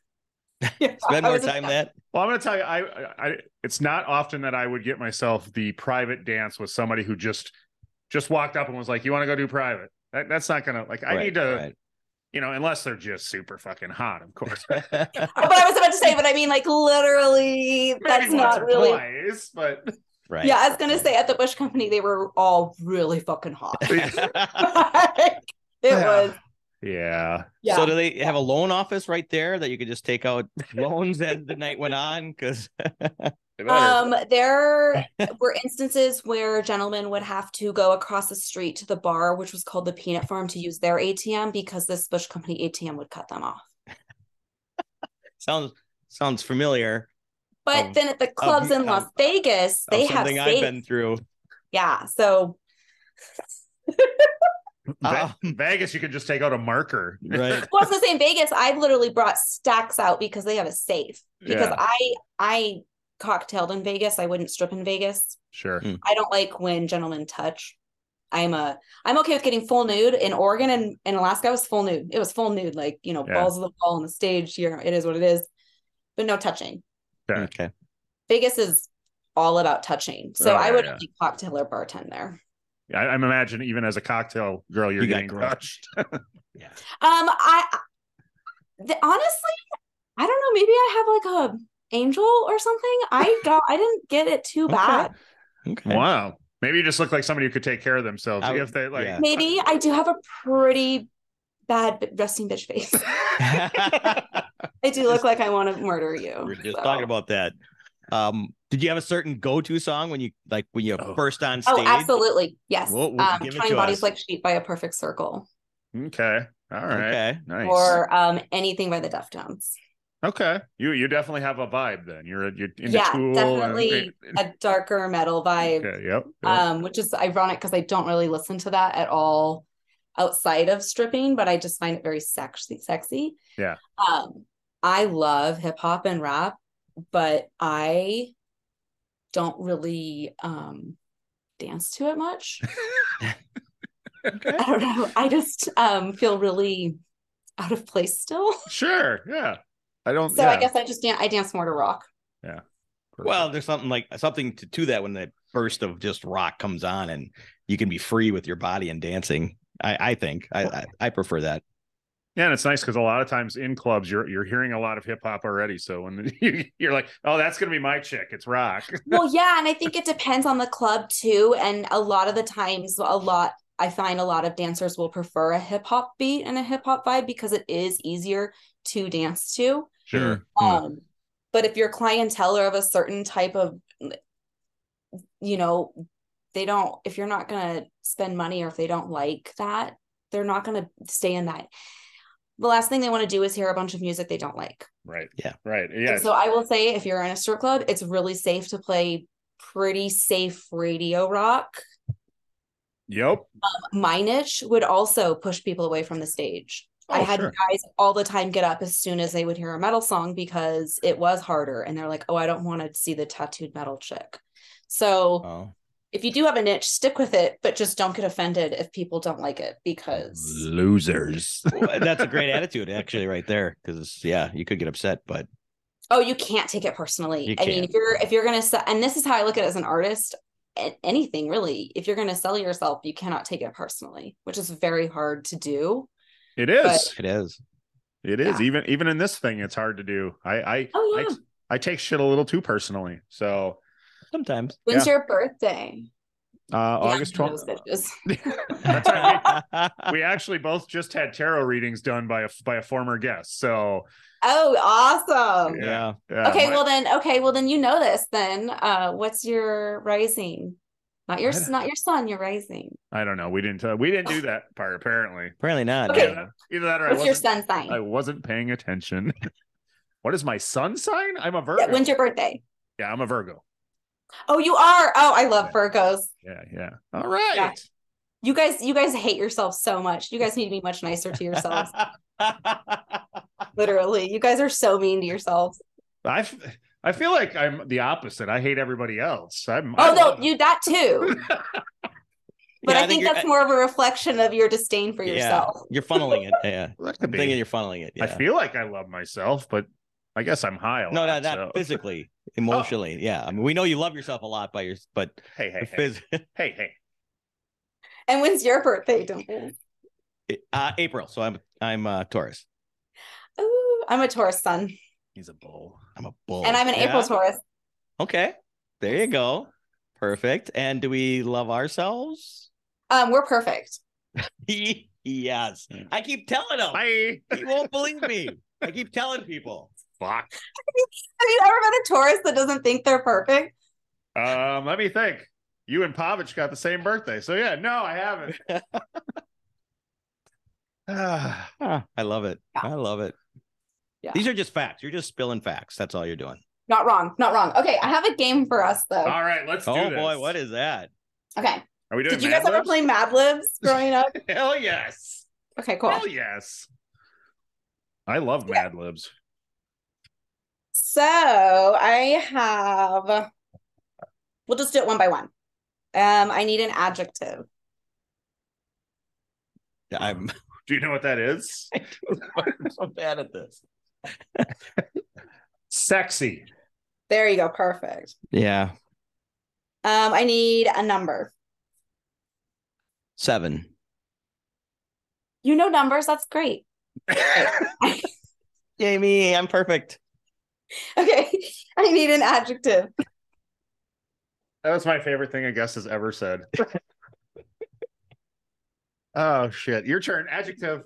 Yeah,
spend
I
more
was a-
time that.
well, I'm going to tell you, I, I, I, it's not often that I would get myself the private dance with somebody who just, just walked up and was like, "You want to go do private?" That, that's not gonna like. I
Right,
need to,
right.
you know, unless they're just super fucking hot, of course.
But I was about to say, but I mean like literally that's
Maybe once
not
or
really
twice, but
right.
Yeah, I was gonna say at the Bush Company they were all really fucking hot. it
Yeah.
was
yeah,
yeah.
So do they have a loan office right there that you could just take out loans as the night went on? Because
They
Um,
better.
there were instances where gentlemen would have to go across the street to the bar, which was called the Peanut Farm, to use their ATM because this Bush Company ATM would cut them off.
Sounds sounds familiar.
But
Oh. Of-
then at the clubs in
of-
Las Vegas,
of
they have
something
safe.
I've been through.
Yeah, so
Ve-
Um.
Vegas, you could just take out a marker.
Right.
well, I was gonna say in Vegas, I've literally brought stacks out because they have a safe. Because
Yeah.
I I cocktailed in Vegas. I wouldn't strip in Vegas.
Sure.
Mm.
I don't like when gentlemen touch. I'm a I'm okay with getting full nude in Oregon and in Alaska. I was full nude. It was full nude, like you know,
Yeah.
balls of the wall on the stage. Here it is what it is, but no touching.
Okay.
Okay.
Vegas is all about touching, so
Oh,
I
yeah,
would
yeah.
only cocktail or bartend there.
I, I'm imagining even as a cocktail girl, you're
You got
getting
grilled.
crushed.
Yeah.
Um, I the, honestly, I don't know. Maybe I have like a angel or something. I got, I didn't get it too
Okay.
bad.
Okay.
Wow. Maybe you just look like somebody who could take care of themselves
I-
if they like.
yeah.
Maybe I do have a pretty bad b- resting bitch face. I do look like I want to murder you.
We're just
so.
talking about that. Um, did you have a certain go-to song when you like when you
Oh.
first on stage?
Oh, absolutely. Yes.
Well, well,
um,
give it
trying
to
bodies
us.
like sheep by a perfect circle
Okay. All right.
Okay.
Nice.
or um anything by the Deftones.
okay. You you definitely have a vibe then. You're you're into
Yeah,
Tool and-
definitely A darker metal vibe.
okay. Yep. yep.
um, which is ironic because I don't really listen to that at all outside of stripping, but I just find it very sexy. Sexy.
Yeah.
Um, I love hip hop and rap, but I don't really um dance to it much. I don't know. I just um feel really out of place still.
sure. Yeah. I don't.
So
yeah.
I guess I just dan- I dance more to rock.
Well, there's something like something to, to that when the burst of just rock comes on and you can be free with your body and dancing. I, I think I, I I prefer that.
Yeah, and it's nice because a lot of times in clubs you're you're hearing a lot of hip hop already. So when you, you're like, oh, that's gonna be my chick. It's rock.
well yeah and i think it depends on the club too and a lot of the times a lot i find a lot of dancers will prefer a hip hop beat and a hip hop vibe because it is easier to dance to
Sure.
um but if your clientele are of a certain type of you know they don't if you're not going to spend money or if they don't like that they're not going to stay in that the last thing they want to do is hear a bunch of music they don't like
Right.
Yeah.
Right.
and
Yeah.
So I will say, if you're in a strip club, it's really safe to play pretty safe radio rock.
yep.
My niche would also push people away from the stage. I
Oh,
had
sure.
guys all the time get up as soon as they would hear a metal song because it was harder, and they're like, "Oh, I don't want to see the tattooed metal chick." So
Uh.
Oh,
if you do have a niche, stick with it, but just don't get offended if people don't like it because
Losers.
Well, that's a great attitude actually, right there. Because yeah, you could get upset, but
oh, you can't take it personally.
You
I mean,
can't.
if you're if you're gonna sell, and this is how I look at it as an artist, a- anything really. If you're gonna sell yourself, you cannot take it personally, which is very hard to do.
It is.
But-
it is.
It is
Yeah.
even even in this thing, it's hard to do. I I
Oh, yeah.
I, I take shit a little too personally. So
Sometimes.
When's your birthday?
uh, August
Yeah, I'm one of
twelfth.
those bitches.
We actually both just had tarot readings done by a by a former guest. So
Oh, awesome.
yeah.
uh,
okay,
my-
well then, okay, well then you know this then. Uh what's your rising? Not your
I don't-
not your sun, your rising.
I don't know. We didn't uh, we didn't do that part apparently.
Apparently not.
Okay.
Either that- Either that or I
What's your
wasn't,
sun sign?
I wasn't paying attention. what is my sun sign? I'm a Virgo.
Yeah, when's your birthday?
yeah, I'm a Virgo.
Oh, you are. Oh, I love
Yeah.
Virgos.
Yeah, yeah. All right.
Yeah. You guys, you guys hate yourself so much. You guys need to be much nicer to yourselves. Literally, you guys are so mean to yourselves.
I f- I feel like I'm the opposite. I hate everybody else. I'm I
Oh no,
love-
you that too. But
Yeah,
I, think,
you're-
that's more of a reflection of your disdain for
yeah,
yourself.
You're funneling it. Yeah.
That could
I'm
be.
thinking you're funneling it. Yeah.
I feel like I love myself, but I guess I'm high. A
no, no,
lot,
not
so-
physically,
Oh.
emotionally. Yeah. I mean, we know you love yourself a lot by your, but
Hey, hey,
the
hey,
phys-
hey, hey.
And when's your birthday, Dimple?
uh, April. So I'm, I'm uh Taurus.
Ooh, I'm a Taurus sun,
He's a bull.
I'm a
Oh,
bull.
and I'm an April
Yeah?
Taurus.
Okay. There you go. Perfect. And do we love ourselves?
Um, we're perfect.
yes. I keep telling them.
Bye.
Oh. He won't believe me. I keep telling people.
Fuck.
Have you ever met a tourist that doesn't think they're perfect?
Um, let me think. You and Pavich got the same birthday. So yeah, no, I haven't. Ah,
Ah, I love it. I love it.
Yeah.
These are just facts. You're just spilling facts. That's all you're doing.
Not wrong. Not wrong. Okay, I have a game for us though.
All right, let's do
oh
this.
boy, what is that?
Okay.
Are we doing?
Did you
Mad
guys ever
Libs?
play Mad Libs growing up?
Hell yes.
Okay, cool.
Hell yes. I love
Yeah.
Mad Libs.
So I have, we'll just do it one by one. Um, I need an adjective.
I'm
Do you know what that is?
I'm so bad at this.
Sexy.
There you go. Perfect.
Yeah.
Um, I need a number.
Seven.
You know numbers. That's great.
Yay, me. I'm perfect.
Okay. I need an adjective.
That was my favorite thing a guest has ever said. oh shit. Your turn. Adjective.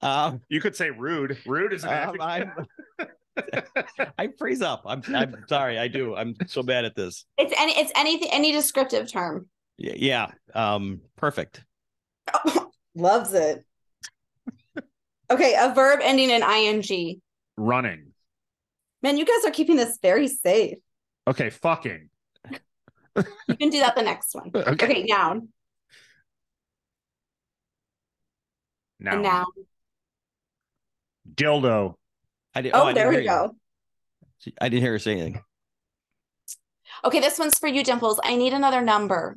um,
You could say rude. Rude is an
um,
Uh,
I'm, I freeze up. I'm, I'm sorry. I do. I'm so bad at this.
It's any, it's anything, any descriptive term.
Y- Yeah. Um, perfect.
Loves it. Okay. A verb ending in ing.
Running.
Man, you guys are keeping this very safe.
Okay, fucking.
You can do that the next one.
Okay.
Okay. Noun. A
Now.
noun.
Dildo.
I did,
Oh,
I didn't
there we
hear you.
go.
She- I didn't hear her say anything.
Okay, this one's for you, Dimples. I need another number.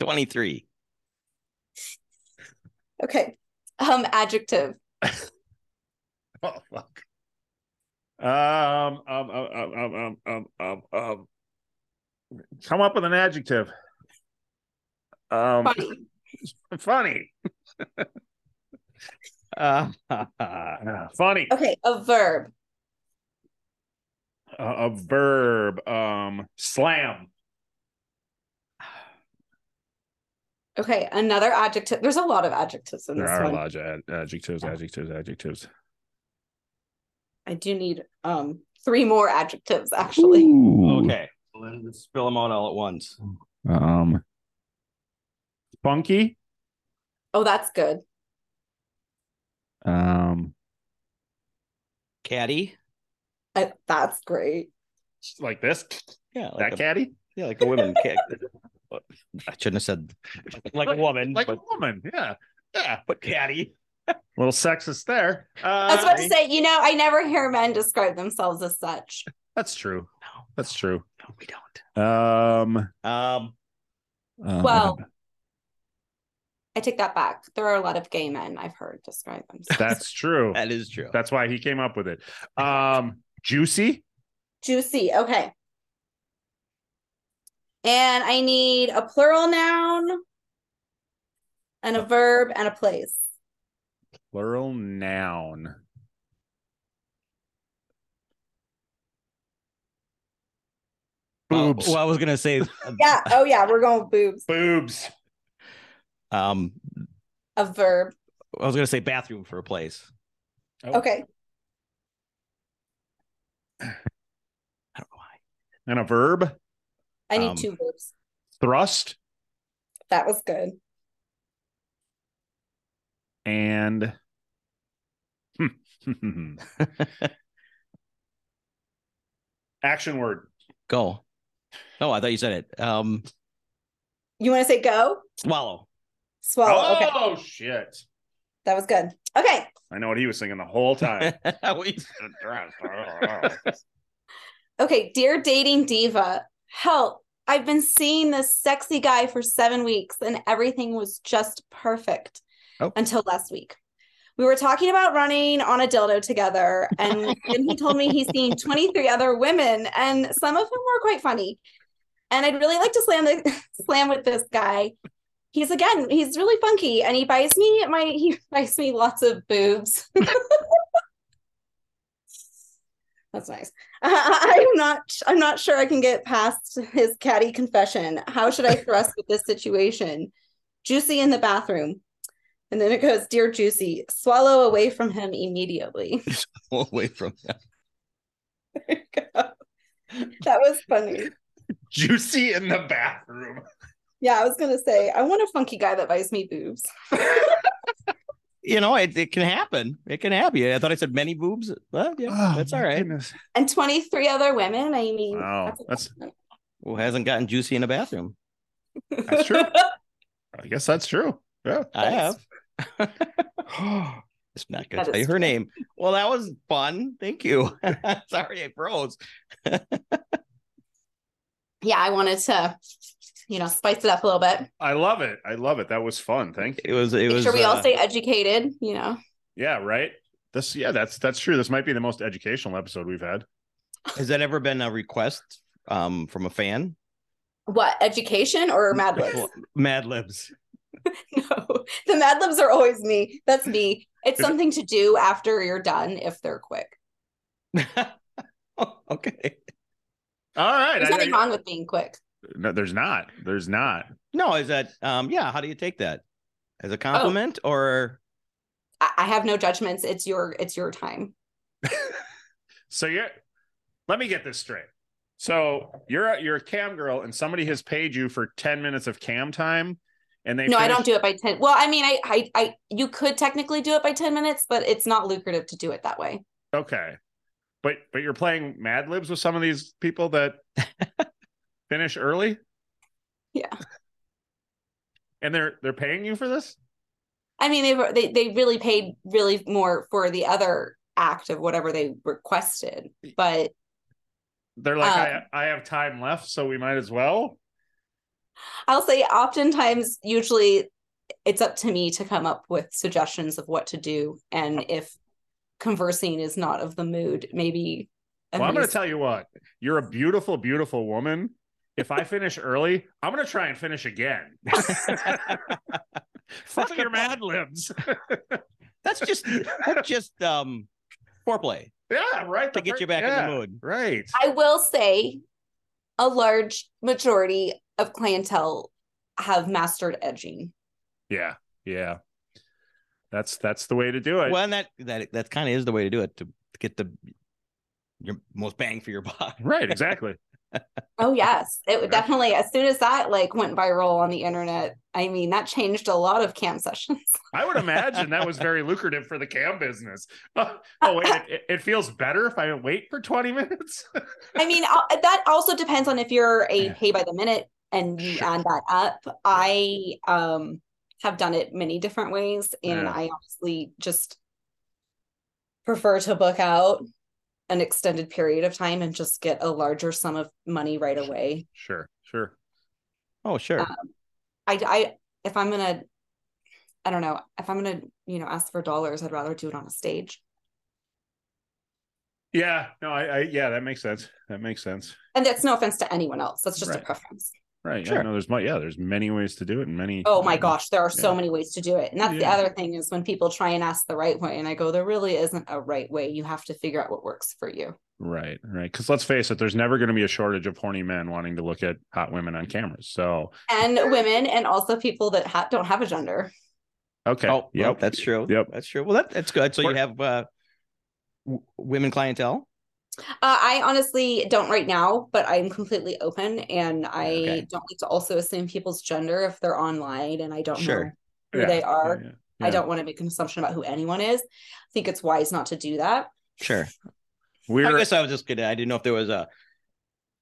23.
Okay. Um, adjective.
Oh fuck. Um, um, um, um, um, um, um, um, um. Come up with an adjective. Um,
Funny.
funny.
Uh,
Uh, funny.
Okay, a verb.
A, a verb. Um, slam.
Okay, another adjective. There's a lot of adjectives in
There
this
are a
one.
lot of ad- adjectives, adjectives, adjectives.
I do need um three more adjectives actually.
okay. Well, then let's spill them out all at once.
Um, funky.
Oh, that's good.
Um,
Caddy.
I, that's great.
like this.
Yeah. Like
That
a,
caddy.
Yeah, like a woman. Ca- I shouldn't have said like a woman,
Like
but,
a woman. Yeah. Yeah.
but caddy.
Little sexist there. Uh,
I was about to say, you know, I never hear men describe themselves as such.
That's true.
No,
That's true.
no, we don't.
Um,
Um,
uh,
Well, I take that back. There are a lot of gay men I've heard describe themselves.
that's true.
that is true.
That's why he came up with it. Um, juicy.
juicy. Okay. And I need a plural noun and a verb and a place.
Plural noun.
Well-
Boobs.
Well, I was gonna say,
Yeah. Oh, yeah. We're going with boobs.
boobs.
um,
A verb.
I was gonna say bathroom for a place.
Oh,
Okay.
I don't know why.
And a verb.
I need
Um,
two verbs.
Thrust
That was good.
and. Action word.
Go. No, I thought you said it. Um,
You want to say go?
swallow.
Swallow. Okay.
oh shit!
That was good. Okay.
I know what he was thinking the whole time.
We-
Okay. Dear dating diva, help. I've been seeing this sexy guy for seven weeks and everything was just perfect
Oh.
until last week. We were talking about running on a dildo together, and then he told me he's seen 23 other women, and some of them were quite funny. And I'd really like to slam the slam with this guy. He's again, he's really funky, and he buys me my he buys me lots of boobs. That's nice. I, I'm not I'm not sure I can get past his catty confession. How should I thrust with this situation? Juicy in the bathroom. And then it goes, Dear Juicy, swallow away from him immediately.
away from him.
There you go. That was funny.
Juicy in the bathroom.
Yeah, I was gonna say, I want a funky guy that buys me boobs.
You know, it, it can happen. It can happen. I thought I said many boobs. Well, yeah,
Oh,
that's
my
all right.
goodness.
and 23 other women. I mean,
Wow, that's
Who hasn't gotten juicy in a bathroom?
that's true. I guess that's true. Yeah.
I have.
That's-
it's not going
That
to tell you
is
her
true.
name. Well, that was fun. Thank you. Sorry, I froze.
yeah, I wanted to, you know, spice it up a little bit.
I love it. I love it. That was fun. Thank you.
It was. It
Make
was.
sure we all
uh,
stay educated, you know.
Yeah, right. This yeah, that's that's true. This might be the most educational episode we've had.
Has that ever been a request um, from a fan?
What education or Mad Libs?
Well, Mad Libs.
no, the Mad Libs are always me. That's me. It's
Is it-
something to do after you're done if they're quick.
okay.
All right.
There's
I-
nothing
I-
wrong with being quick.
no, there's not. There's not.
No, is that? Um, yeah. How do you take that?
Oh.
As a compliment or?
I, I have no judgments. It's your it's your time.
So you're let me get this straight. So you're a you're a cam girl and somebody has paid you for 10 minutes of cam time and they
no, I
finish-
don't do it by ten. Well, I mean, I, I I you could technically do it by ten minutes, but it's not lucrative to do it that way.
Okay. But but you're playing Mad Libs with some of these people that finish early?
Yeah.
And they're they're paying you for this?
I mean, they were- they they really paid really more for the other act of whatever they requested, but
They're like
Um,
I I have time left so we might as well.
I'll say oftentimes, usually it's up to me to come up with suggestions of what to do. And if conversing is not of the mood, maybe.
Well, I'm going to
amuse-
tell you what. You're a beautiful beautiful woman. If I finish early, I'm going to try and finish again. Fuck your Mad Libs.
That's just. That's just um, foreplay
Yeah, right.
to
the
get
fir-
you back
yeah,
in the mood.
Right.
I will say a large majority of clientele have mastered edging.
Yeah. Yeah. That's that's the way to do it.
Well, and that that that kind of is the way to do it to get the your most bang for your buck.
Right, exactly.
Oh, yes. It would
Yeah.
definitely, as soon as that like went viral on the internet, I mean, that changed a lot of cam sessions.
I would imagine that was very lucrative for the cam business. Oh, oh, wait, it, it feels better if I wait for 20 minutes.
I mean, I'll- that also depends on if you're a
Yeah.
pay by the minute and you
Sure.
add that up. I um have done it many different ways, and
Yeah.
I honestly just prefer to book out an extended period of time and just get a larger sum of money right away.
sure, sure.
Oh, sure.
Um, I, I if I'm gonna, I don't know, if I'm gonna, you know, ask for dollars, I'd rather do it on a stage.
Yeah, no, I, I yeah, that makes sense. That makes sense.
And that's no offense to anyone else. That's just a
Right.
preference.
Right. Yeah,
Sure.
no, there's my yeah, there's many ways to do it and many
Oh my gosh, there are so
Yeah.
many ways to do it. And that's the
Yeah.
other thing is when people try and ask the right way, and I go, there really isn't a right way. You have to figure out what works for you.
Right, right. Because let's face it, there's never going to be a shortage of horny men wanting to look at hot women on cameras. So,
And women, and also people that ha- don't have a gender.
okay.
Oh, yep. that's true.
Yep.
That's true. Well, that, that's good. So you
We're-
have uh, w- women clientele.
Uh, I honestly don't right now, but I'm completely open, and I
Okay.
don't like to also assume people's gender if they're online, and I don't know
Sure.
who
Yeah,
they are.
yeah,
I
yeah.
don't want to make an assumption about who anyone is. I think it's wise not to do that.
Sure. I
We're
guess I was just kidding. I didn't know if there was a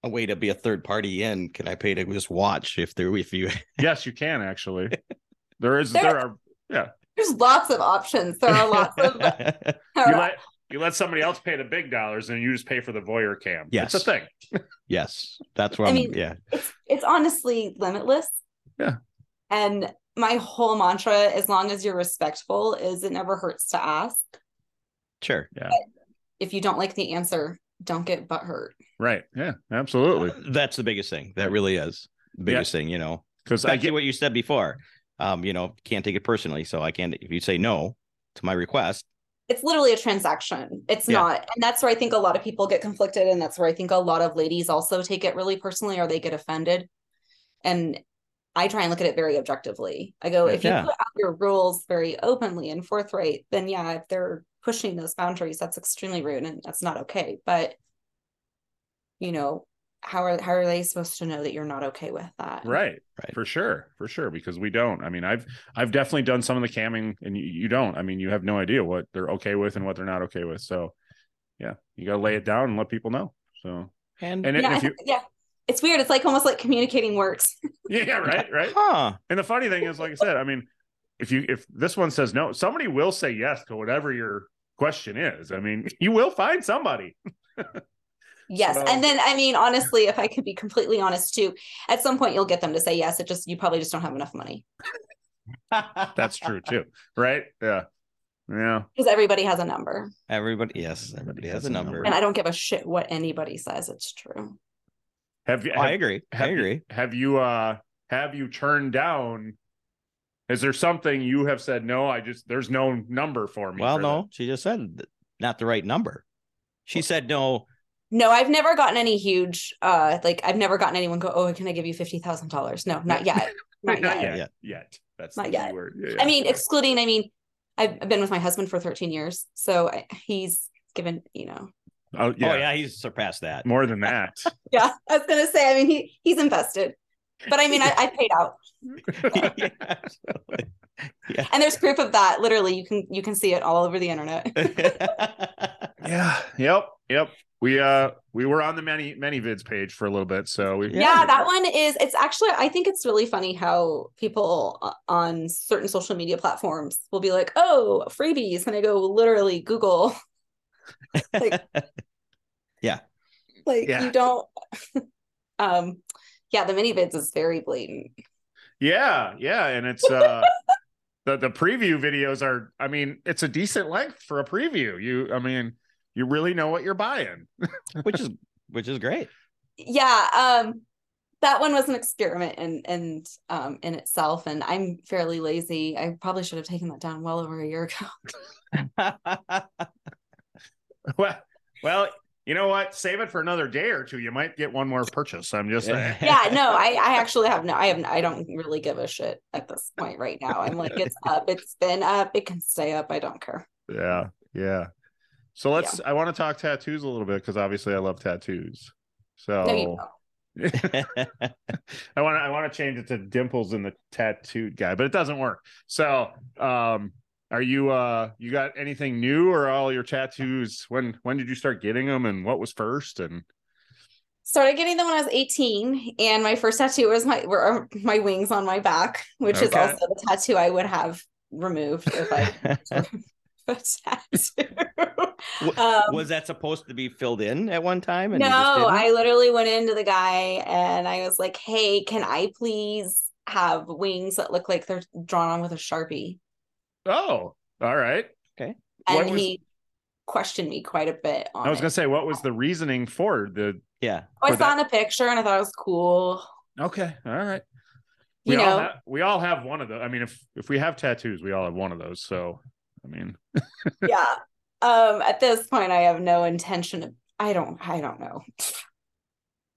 a way to be a third party in. Could I pay to just watch if there if you
yes, you can actually. There is
There-
there, are
There's lots of options. There are lots of. there
you
are
let you let somebody else pay the big dollars and you just pay for the voyeur cam.
Yes.
It's a thing.
yes, that's what
I
I'm.
mean-
yeah.
it's it's honestly limitless.
Yeah.
And my whole mantra, as long as you're respectful, is it never hurts to ask.
Sure.
If you don't like the answer, don't get butthurt.
Right. Yeah, absolutely.
Uh, That's the biggest thing. That really is the
Yeah.
biggest thing. You know,
Because I
back to
get
what you said before. Um, you know, can't take it personally. So I can't. If you say no to my request,
It's literally a transaction. It's
Yeah.
not. And that's where I think a lot of people get conflicted. And that's where I think a lot of ladies also take it really personally or they get offended. And I try and look at it very objectively. I go,
Right,
if you
yeah.
put out your rules very openly and forthright, then yeah, if they're pushing those boundaries, that's extremely rude and that's not okay. But you know, how are how are they supposed to know that you're not okay with that?
right
Right.
for sure for sure because we don't i mean i've i've definitely done some of the camming and you, you don't i mean you have no idea what they're okay with and what they're not okay with so yeah you gotta lay it down and let people know so
And,
and
Yeah,
if you
yeah. It's weird. It's like almost like communicating works.
yeah right right
huh.
and the funny thing is like i said i mean if you if this one says no somebody will say yes to whatever your question is i mean you will find somebody
Yes.
So-
and then I mean, honestly, if I could be completely honest too, at some point you'll get them to say yes. It just you probably just don't have enough money.
that's true too right yeah yeah
Because everybody has a number.
Everybody, yes, everybody has a number.
And I don't give a shit what anybody says. It's true.
have you
Oh, I
have-
agree. I
have you-
agree.
have you uh have you turned down is there something you have said no i just there's no number for me
Well,
for
no, she just said th- not the right number. She said no. oh,
No, I've never gotten any huge uh like I've never gotten anyone go, Oh, can I give you fifty thousand dollars? No, not yet.
that.
Not yet.
yet
yet.
yet that's
Not
the
yet.
key word. Yeah,
I mean,
yeah.
excluding, I mean, I've I've been with my husband for 13 years. So I, he's given, you know,
oh, yeah.
Oh yeah, he's surpassed that.
more than that
yeah, I was going to say, I mean, he, he's invested, but I mean, I, I paid out
Yeah, absolutely.
and there's proof of that. Literally. You can, you can see it all over the internet.
yeah yep yep we uh we were on the many many vids page for a little bit so we
yeah that one is it's actually i think it's really funny how people o- on certain social media platforms will be like oh freebies and i go literally google like
Yeah.
like
Yeah.
you don't um yeah the mini vids is very blatant
yeah yeah and it's uh the the preview videos are i mean it's a decent length for a preview you i mean you really know what you're buying
which is which is great.
yeah um that one was an experiment and and um in itself and i'm fairly lazy i probably should have taken that down well over a year ago
Well, well, you know what? Save it for another day or two. You might get one more purchase. I'm just saying.
yeah no i i actually have no i have i don't really give a shit at this point right now i'm like it's up it's been up it can stay up i don't care
Yeah, yeah. So let's. I want to talk tattoos a little bit because obviously I love tattoos. So
no you
Oh.
don't
I want to. I want to change it to dimples in the tattooed guy, but it doesn't work. So, um, are you? Uh, you got anything new or all your tattoos? When when did you start getting them and what was first? And
started getting them when i was 18 and my first tattoo was my were um, my wings on my back which is
Okay.
also the tattoo i would have removed if i a tattoo um,
was that supposed to be filled in at one time? And
no
you just didn't?
i literally went into the guy and i was like hey can i please have wings that look like they're drawn on with a sharpie
oh, all right. What
and
was-
he questioned me quite a bit on
I was
it.
gonna say, what was the reasoning for the?
Yeah.
Oh, I
for
saw in a picture and I thought it was cool.
Okay, all right.
You
we all
know,
have, we all have one of those. I mean, if if we have tattoos, we all have one of those. So, I mean,
yeah. Um, at this point, I have no intention of. I don't. I don't know.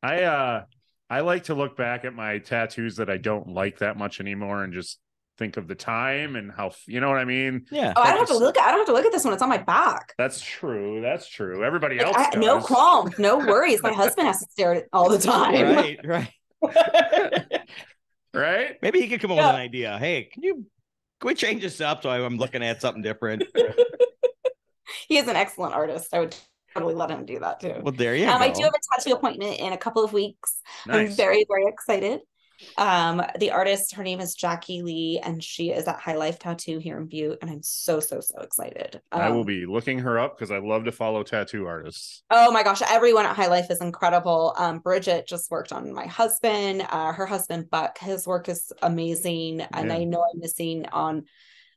I uh I like to look back at my tattoos that I don't like that much anymore and just think of the time and how you know what I mean.
Yeah.
Oh, I don't have
Focus.
to look. I don't have to look at this one. It's on my back.
That's true. That's true. Everybody
Like,
else
I, no
does.
qualm, no worries. My husband has to stare at it all the time.
Right, right.
right?
Maybe he could come up with
Yeah.
an idea. Hey, can you can we change this up so I'm looking at something different?
He is an excellent artist. I would totally let him do that too.
well, there you
um,
go.
I do have a tattoo appointment in a couple of weeks. I'm
Nice.
very, uh, very excited. Um, the artist, her name is Jackie Lee, and she is at High Life Tattoo here in Butte, and I'm so, so, so excited.
I will
Um,
be looking her up because I love to follow tattoo artists.
Oh my gosh, everyone at High Life is incredible. Um, Bridget just worked on my husband. Uh, her husband Buck, his work is amazing, and
Yeah.
I know I'm missing on.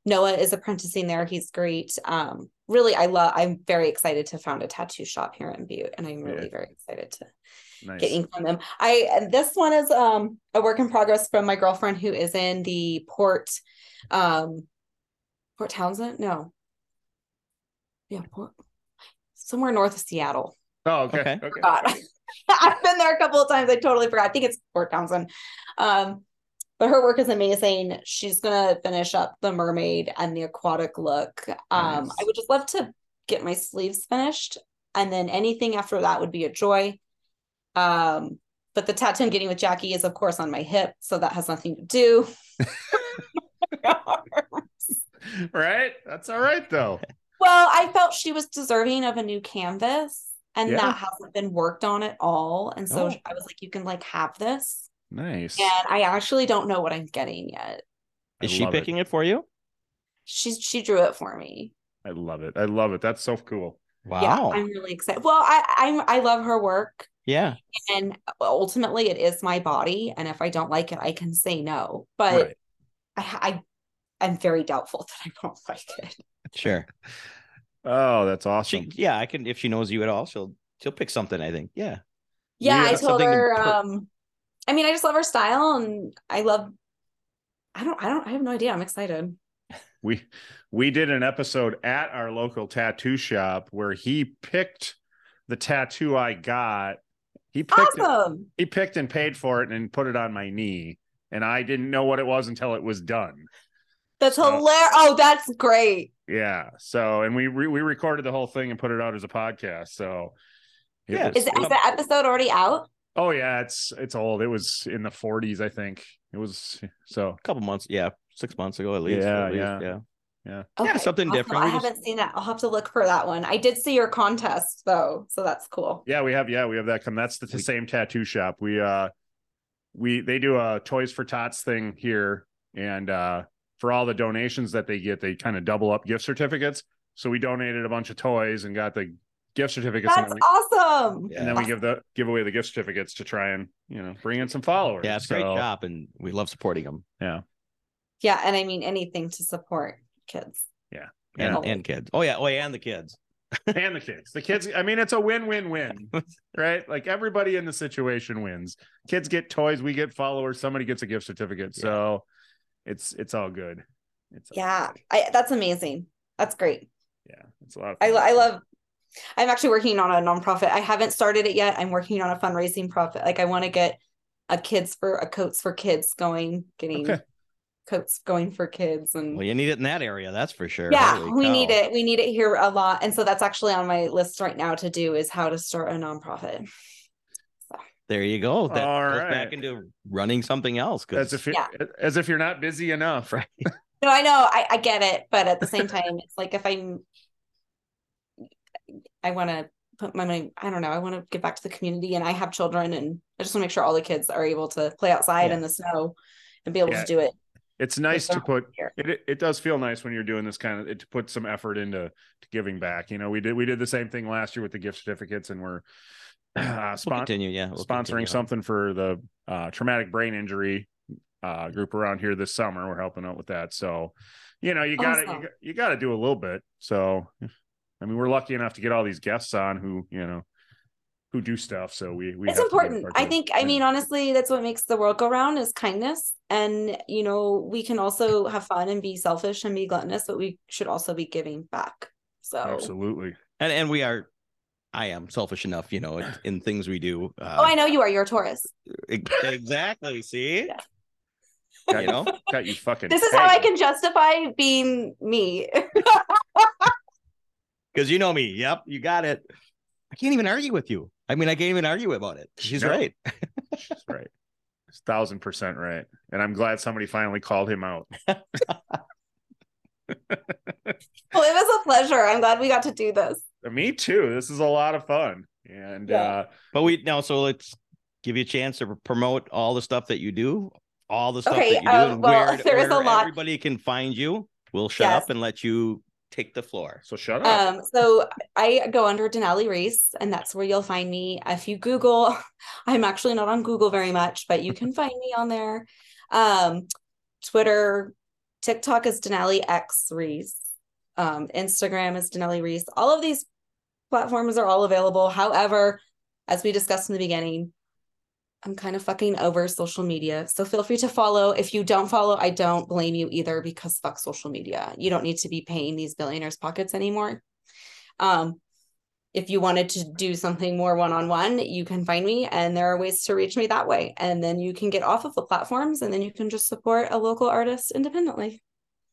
Noah is apprenticing there. He's great. Um, really, I love. I'm very excited to found a tattoo shop here in Butte, and I'm really
Yeah.
very excited to
Nice.
get ink from them. I and this one is um a work in progress from my girlfriend who is in the port um Port Townsend? No. Yeah, port somewhere north of Seattle.
oh, okay. Okay.
Okay.
God. I've been there a couple of times. I totally forgot. I think it's Port Townsend. Um But her work is amazing. She's gonna finish up the mermaid and the aquatic look. Um,
Nice.
I would just love to get my sleeves finished, and then anything after that would be a joy. Um, but the tattoo I'm getting with Jackie is, of course, on my hip, so that has nothing to do.
right? That's all right though.
Well, I felt she was deserving of a new canvas, and
Yeah.
that hasn't been worked on at all. And so
Oh.
I was like, you can like have this.
Nice.
And I actually don't know what I'm getting yet.
I
Is she
love it.
picking it. for you?
She she drew it for me.
I love it. I love it. That's so cool.
Wow.
Yeah, I'm really excited. Well, I I'm I love her work,
Yeah.
and ultimately, it is my body. And if I don't like it, I can say no. But
Right.
I, I I'm very doubtful that I won't like it.
Sure.
Oh, that's awesome.
She yeah, I can if she knows you at all, she'll she'll pick something, I think. Yeah.
Yeah,
Yeah,
I
that's
told
something to
her.
put-
Um, I mean, I just love her style, and I love. I don't. I don't. I have no idea. I'm excited.
we we did an episode at our local tattoo shop where he picked the tattoo I got. He picked it,
Awesome.
he picked and paid for it and put it on my knee. And I didn't know what it was until it was done.
That's
Uh,
hilarious. Oh, that's great.
Yeah. So, and we re- we recorded the whole thing and put it out as a podcast. So, it
Yeah.
was-
Is, is the episode already out?
oh yeah, it's it's old. It was in the 40s, I think. It was so
A couple months. Yeah. Six months ago at least.
Yeah,
at least,
yeah.
yeah.
Okay,
something different.
I
We just-
haven't seen it. I'll have to look for that one. I did see your contest though, so that's cool.
Yeah, we have. Yeah, we have that come. That's the t-
We-
same tattoo shop. We uh, we they do a Toys for Tots thing here, and uh, for all the donations that they get, they kind of double up gift certificates. So we donated a bunch of toys and got the gift certificates, and
That's
then, we,
awesome.
Yeah.
and then we give the give away the gift certificates to try and you know bring in some followers.
Yeah, it's a
So,
great shop and we love supporting them.
Yeah, and I mean anything to support kids.
And
Yeah.
and kids. Oh yeah, oh yeah, and the kids.
And the kids, the kids. I mean, it's a win-win-win, right? Like everybody in the situation wins. Kids get toys, we get followers, somebody gets a gift certificate. So it's it's all good. It's all
Yeah,
good.
I, that's amazing. That's great.
Yeah, it's a lot. Of
I,
fun.
lo- I love. I'm actually working on a nonprofit. I haven't started it yet. I'm working on a fundraising profit. Like I want to get a kids for a coats for kids going, getting
Okay.
coats going for kids, and
Well, you need it in that area, that's for sure.
Mm-hmm. yeah
Holy
we
cow.
need it we need it here a lot and so that's actually on my list right now to do is how to start a nonprofit
There you go. That
All
goes
right.
back into running something else.
as
'cause-
if you're, as if you're not busy enough, right?
no i know i, I get it but at the same time it's like if i'm i want to put my money i don't know i want to give back to the community and i have children and i just want to make sure all the kids are able to play outside
Yeah.
in the snow and be able
Yeah.
to do it
It's nice to
not
put
here.
it, it. It does feel nice when you're doing this kind of it, to put some effort into to giving back. You know, we did we did the same thing last year with the gift certificates, and we're uh,
we'll
spon-
continue, yeah. we'll
sponsoring
continue.
something for the uh, traumatic brain injury uh, group around here this summer. We're helping out with that, so you know you got to
Awesome.
you, got to do a little bit. So, I mean, we're lucky enough to get all these guests on who you know who do stuff. So we we
it's
have to do our
important
part
i
to-
think i
yeah.
mean honestly that's what makes the world go round is kindness and you know we can also have fun and be selfish and be gluttonous but we should also be giving back so
absolutely.
and and we are I am selfish enough, you know, in, in things we do. Uh,
oh i know you are you're a taurus
ex- Exactly. See?
Yeah.
You know?
Got you fucking.
this is how i
pegged.
can justify being me
Because you know me. Yep, you got it. I can't even argue with you. I mean, I can't even argue about it. She's
No.
right.
She's right. She's thousand percent right. And I'm glad somebody finally called him out.
well it was a pleasure i'm glad we got to do this
Uh, Me too. This is a lot of fun. And
Yeah.
uh
But we now, so let's give you a chance to promote all the stuff that you do, all the stuff
Okay,
that you do,
uh,
and
well,
where,
there is a
where
lot-
everybody can find you. We'll shut
Yes.
up and let you take the floor.
so shut up.
um so i go under denali reese and that's where you'll find me if you google i'm actually not on google very much but you can find me on there um twitter tiktok is denali x reese um instagram is denali reese all of these platforms are all available however as we discussed in the beginning i'm kind of fucking over social media so feel free to follow if you don't follow i don't blame you either because fuck social media you don't need to be paying these billionaires pockets anymore um if you wanted to do something more one on one, you can find me, and there are ways to reach me that way. And then you can get off of the platforms, and then you can just support a local artist independently.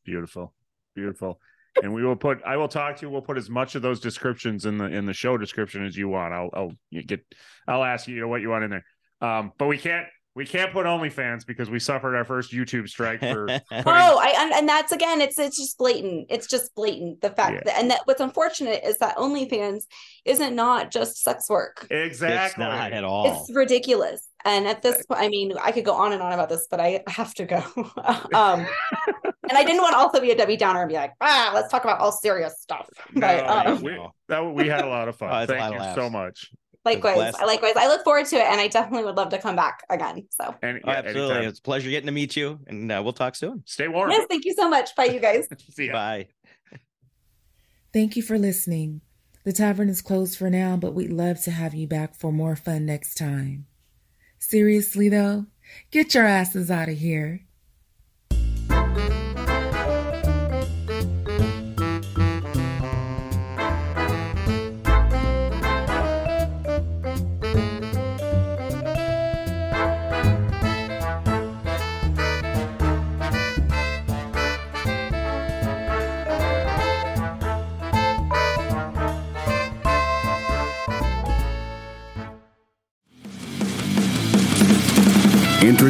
Beautiful, beautiful. And we will put. I will talk to you. We'll put as much of those descriptions in the in the show description as you want. I'll I'll you get. I'll ask you what you want in there. Um, but we can't we can't put OnlyFans because we suffered our first YouTube strike for. putting-
Oh, I and, and that's again, it's it's just blatant. It's just blatant the fact
Yeah.
that and that what's unfortunate is that OnlyFans isn't not just sex work.
It's
exactly.
not at all.
It's ridiculous. And at this point, I mean, I could go on and on about this, but I have to go. um, and I didn't want to also be a Debbie Downer and be like, ah, let's talk about all serious stuff. But
No, no,
um,
we, that we had a lot of fun.
Oh, it's a
Thank
lot
you
of
so
laughs.
much.
likewise,
blast.
likewise, I look forward to it, and I definitely would love to come back again. So,
And
Oh,
yeah,
absolutely.
anytime.
It's a pleasure getting to meet you, and uh, we'll talk soon.
Stay warm.
yes, thank you so much. Bye, you guys.
See ya.
Bye.
Thank you for listening. The tavern is closed for now, but we'd love to have you back for more fun next time. Seriously, though, get your asses out of here.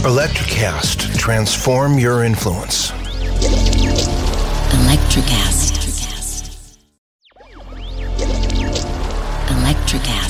Electricast, transform your influence.
Electricast. Electricast.